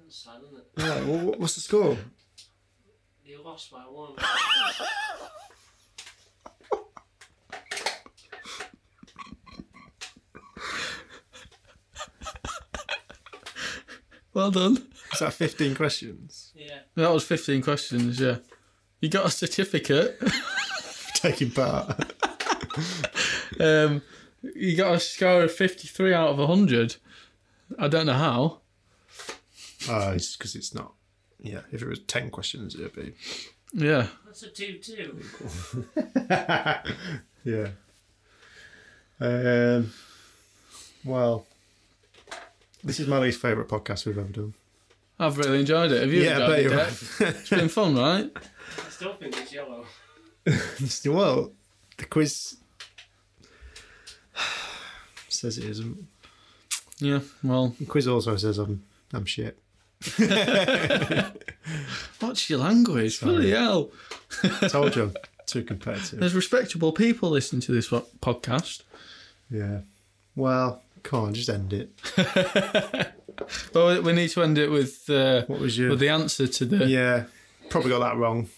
[SPEAKER 3] It's Oh. sad, isn't it?
[SPEAKER 1] Yeah, well, wh- what's the score?
[SPEAKER 3] They lost by one.
[SPEAKER 2] Well done.
[SPEAKER 1] Is that 15 questions?
[SPEAKER 3] Yeah.
[SPEAKER 2] That was 15 questions, yeah. You got a certificate.
[SPEAKER 1] Taking part.
[SPEAKER 2] Um, you got a score of 53 out of 100. I don't know how.
[SPEAKER 1] Uh, it's because it's not. Yeah, if it was 10 questions, it'd be.
[SPEAKER 2] Yeah.
[SPEAKER 3] That's a 2 2.
[SPEAKER 1] yeah. Um, well, this is my least favourite podcast we've ever done.
[SPEAKER 2] I've really enjoyed it. Have you?
[SPEAKER 1] yeah, I
[SPEAKER 2] enjoyed
[SPEAKER 1] bet
[SPEAKER 2] it,
[SPEAKER 1] you're
[SPEAKER 2] Dave? It's been fun, right?
[SPEAKER 3] I still think it's yellow.
[SPEAKER 1] right. well, the quiz says it isn't.
[SPEAKER 2] Yeah, well,
[SPEAKER 1] The quiz also says I'm I'm shit.
[SPEAKER 2] what's your language? Bloody hell.
[SPEAKER 1] Told you, I'm too competitive.
[SPEAKER 2] There's respectable people listening to this wo- podcast.
[SPEAKER 1] Yeah. Well, come on, just end it.
[SPEAKER 2] But we- we need to end it with, uh,
[SPEAKER 1] What was your?
[SPEAKER 2] with the uh, answer to the.
[SPEAKER 1] yeah, probably got that wrong.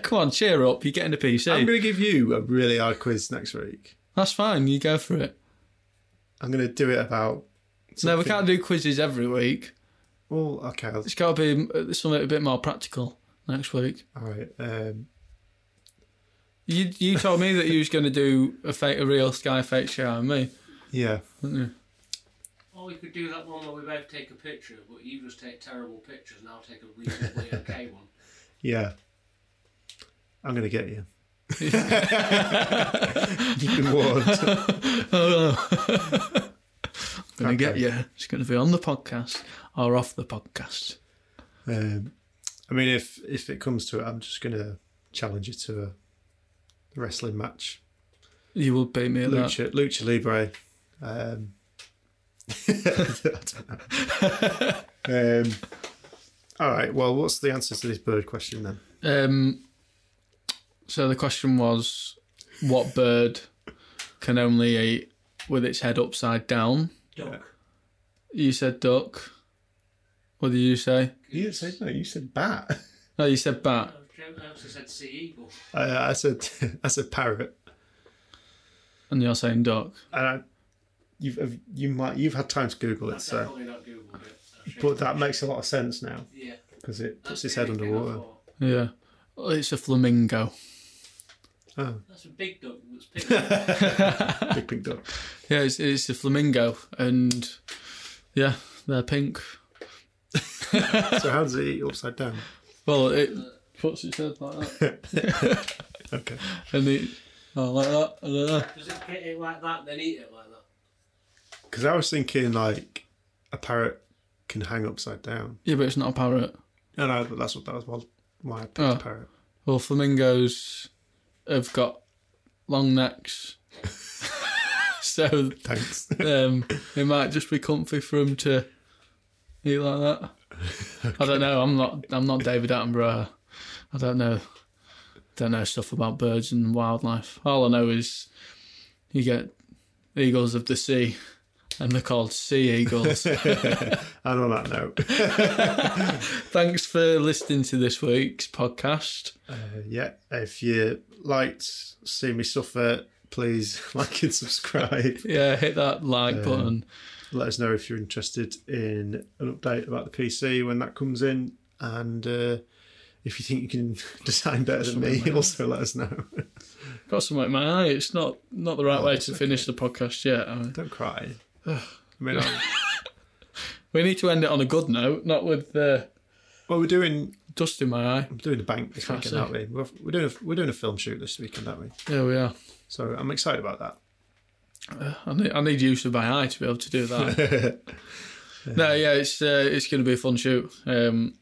[SPEAKER 2] Come on, cheer up. You're getting a PC.
[SPEAKER 1] I'm going to give you a really hard quiz next week.
[SPEAKER 2] That's fine. You go for it.
[SPEAKER 1] I'm going to do it about.
[SPEAKER 2] No, we
[SPEAKER 1] something-
[SPEAKER 2] can't do quizzes every week.
[SPEAKER 1] Well, okay. I'll-
[SPEAKER 2] It's got to be uh, something a bit more practical next week.
[SPEAKER 1] All right. Um,
[SPEAKER 2] You you told me that you was going to do a fake a real sky fake show on me,
[SPEAKER 1] yeah.
[SPEAKER 2] didn't you?
[SPEAKER 3] Or we could do that one where we both take a picture, but you just take terrible pictures and I'll take a reasonably okay one.
[SPEAKER 1] Yeah. I'm going to get you. You've been warned.
[SPEAKER 2] Gonna get
[SPEAKER 1] Okay.
[SPEAKER 2] you. It's gonna be on the podcast or off the podcast.
[SPEAKER 1] Um, I mean, if if it comes to it, I'm just going to challenge you to a wrestling match.
[SPEAKER 2] You will beat me at that.
[SPEAKER 1] Lucha, Lucha Libre. Um, I don't know. um, all right. Well, what's the answer to this bird question then?
[SPEAKER 2] Um, so the question was, what bird can only eat with its head upside down?
[SPEAKER 3] Duck.
[SPEAKER 2] You said duck. What did you say?
[SPEAKER 1] You didn't say no. You said bat.
[SPEAKER 2] No, you said bat.
[SPEAKER 3] I also said sea eagle.
[SPEAKER 1] I, I said I said parrot.
[SPEAKER 2] And you're saying duck.
[SPEAKER 1] And I, you've you might you've had time to Google it,
[SPEAKER 3] That's
[SPEAKER 1] so
[SPEAKER 3] definitely not Googled it. I've shaken
[SPEAKER 1] but that makes a lot of sense now
[SPEAKER 3] it. yeah,
[SPEAKER 1] because it puts
[SPEAKER 3] that's
[SPEAKER 1] its
[SPEAKER 3] the
[SPEAKER 1] head
[SPEAKER 3] only thing I
[SPEAKER 1] underwater.
[SPEAKER 3] thought.
[SPEAKER 2] Yeah. Oh, It's a flamingo.
[SPEAKER 1] Oh,
[SPEAKER 3] That's a big duck that's picked up.
[SPEAKER 1] big pink duck.
[SPEAKER 2] Yeah, it's, it's a flamingo, and yeah, they're pink.
[SPEAKER 1] So how does it eat upside down?
[SPEAKER 2] Well, it puts its head like that,
[SPEAKER 1] Okay.
[SPEAKER 2] and it oh, like that, and like that.
[SPEAKER 3] Does it get it like that, then eat it like that?
[SPEAKER 1] Because I was thinking like a parrot can hang upside down,
[SPEAKER 2] Yeah, but it's not a parrot.
[SPEAKER 1] and I, that's what that was why- why I picked
[SPEAKER 2] Oh.
[SPEAKER 1] parrot.
[SPEAKER 2] Well, flamingos have got long necks, so
[SPEAKER 1] Thanks.
[SPEAKER 2] um, it might just be comfy for them to eat like that. I don't know. I'm not. I'm not David Attenborough. I don't know. Don't know stuff about birds and wildlife. All I know is you get eagles of the sea, and they're called sea eagles.
[SPEAKER 1] and on that note,
[SPEAKER 2] Thanks for listening to this week's podcast.
[SPEAKER 1] uh, yeah, if you liked see me suffer, please like and subscribe.
[SPEAKER 2] Yeah, hit that like
[SPEAKER 1] Um,
[SPEAKER 2] button.
[SPEAKER 1] let us know if you're interested in an update about the PC when that comes in, and uh, if you think you can design better than me, also let us know.
[SPEAKER 2] Got something in my eye. It's not not the right way to finish the podcast yet. I mean,
[SPEAKER 1] Don't cry. I mean, I'm-
[SPEAKER 2] we need to end it on a good note, not with uh,
[SPEAKER 1] well, we're doing
[SPEAKER 2] dust in my eye.
[SPEAKER 1] we're doing the bank this
[SPEAKER 2] Can't
[SPEAKER 1] weekend, aren't we? We're, we're doing a, we're doing a film shoot this weekend, aren't we?
[SPEAKER 2] There we are.
[SPEAKER 1] So I'm excited about that.
[SPEAKER 2] I need, I need use of my eye to be able to do that. no, yeah, it's uh, it's going to be a fun shoot. Um,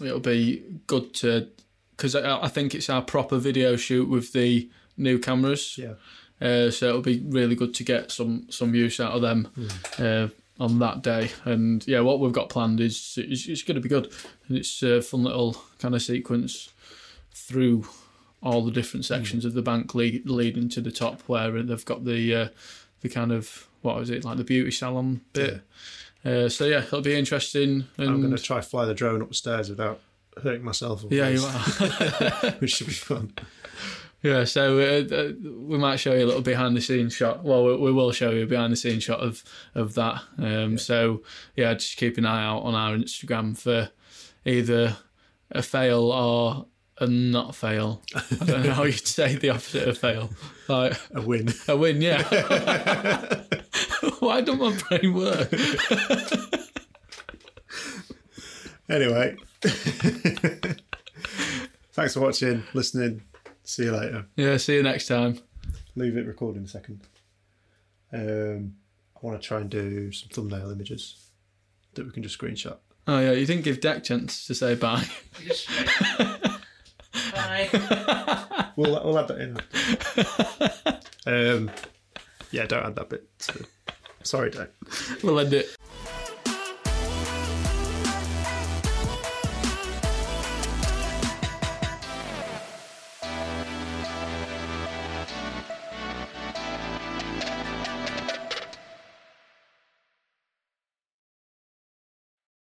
[SPEAKER 2] it'll be good to because I, I think it's our proper video shoot with the new cameras.
[SPEAKER 1] Yeah.
[SPEAKER 2] Uh, so it'll be really good to get some some use out of them uh, on that day. And yeah, what we've got planned is is, is going to be good. And it's a fun little kind of sequence through all the different sections of the bank le- leading to the top where they've got the uh, the kind of what is it like the beauty salon bit. Uh, so yeah, it'll be interesting. And
[SPEAKER 1] I'm going to try fly the drone upstairs without hurting myself.
[SPEAKER 2] yeah, you are.
[SPEAKER 1] which should be fun.
[SPEAKER 2] yeah, so uh, uh, we might show you a little behind the scenes shot. Well, we, we will show you a behind the scenes shot of of that. Um, So yeah, just keep an eye out on our Instagram for either a fail or a not fail. I don't know how you'd say the opposite of fail. Like
[SPEAKER 1] A win.
[SPEAKER 2] a win, yeah. Why don't my brain work?
[SPEAKER 1] anyway, thanks for watching, listening. See you later.
[SPEAKER 2] Yeah, see you next time.
[SPEAKER 1] Leave it recording a second. Um, I want to try and do some thumbnail images that we can just screenshot.
[SPEAKER 2] Oh yeah, you didn't give Deck chance to say bye.
[SPEAKER 3] Just- Bye.
[SPEAKER 1] We'll, we'll add that in. um, yeah, don't add that bit. To... Sorry, Dave.
[SPEAKER 2] We'll end it.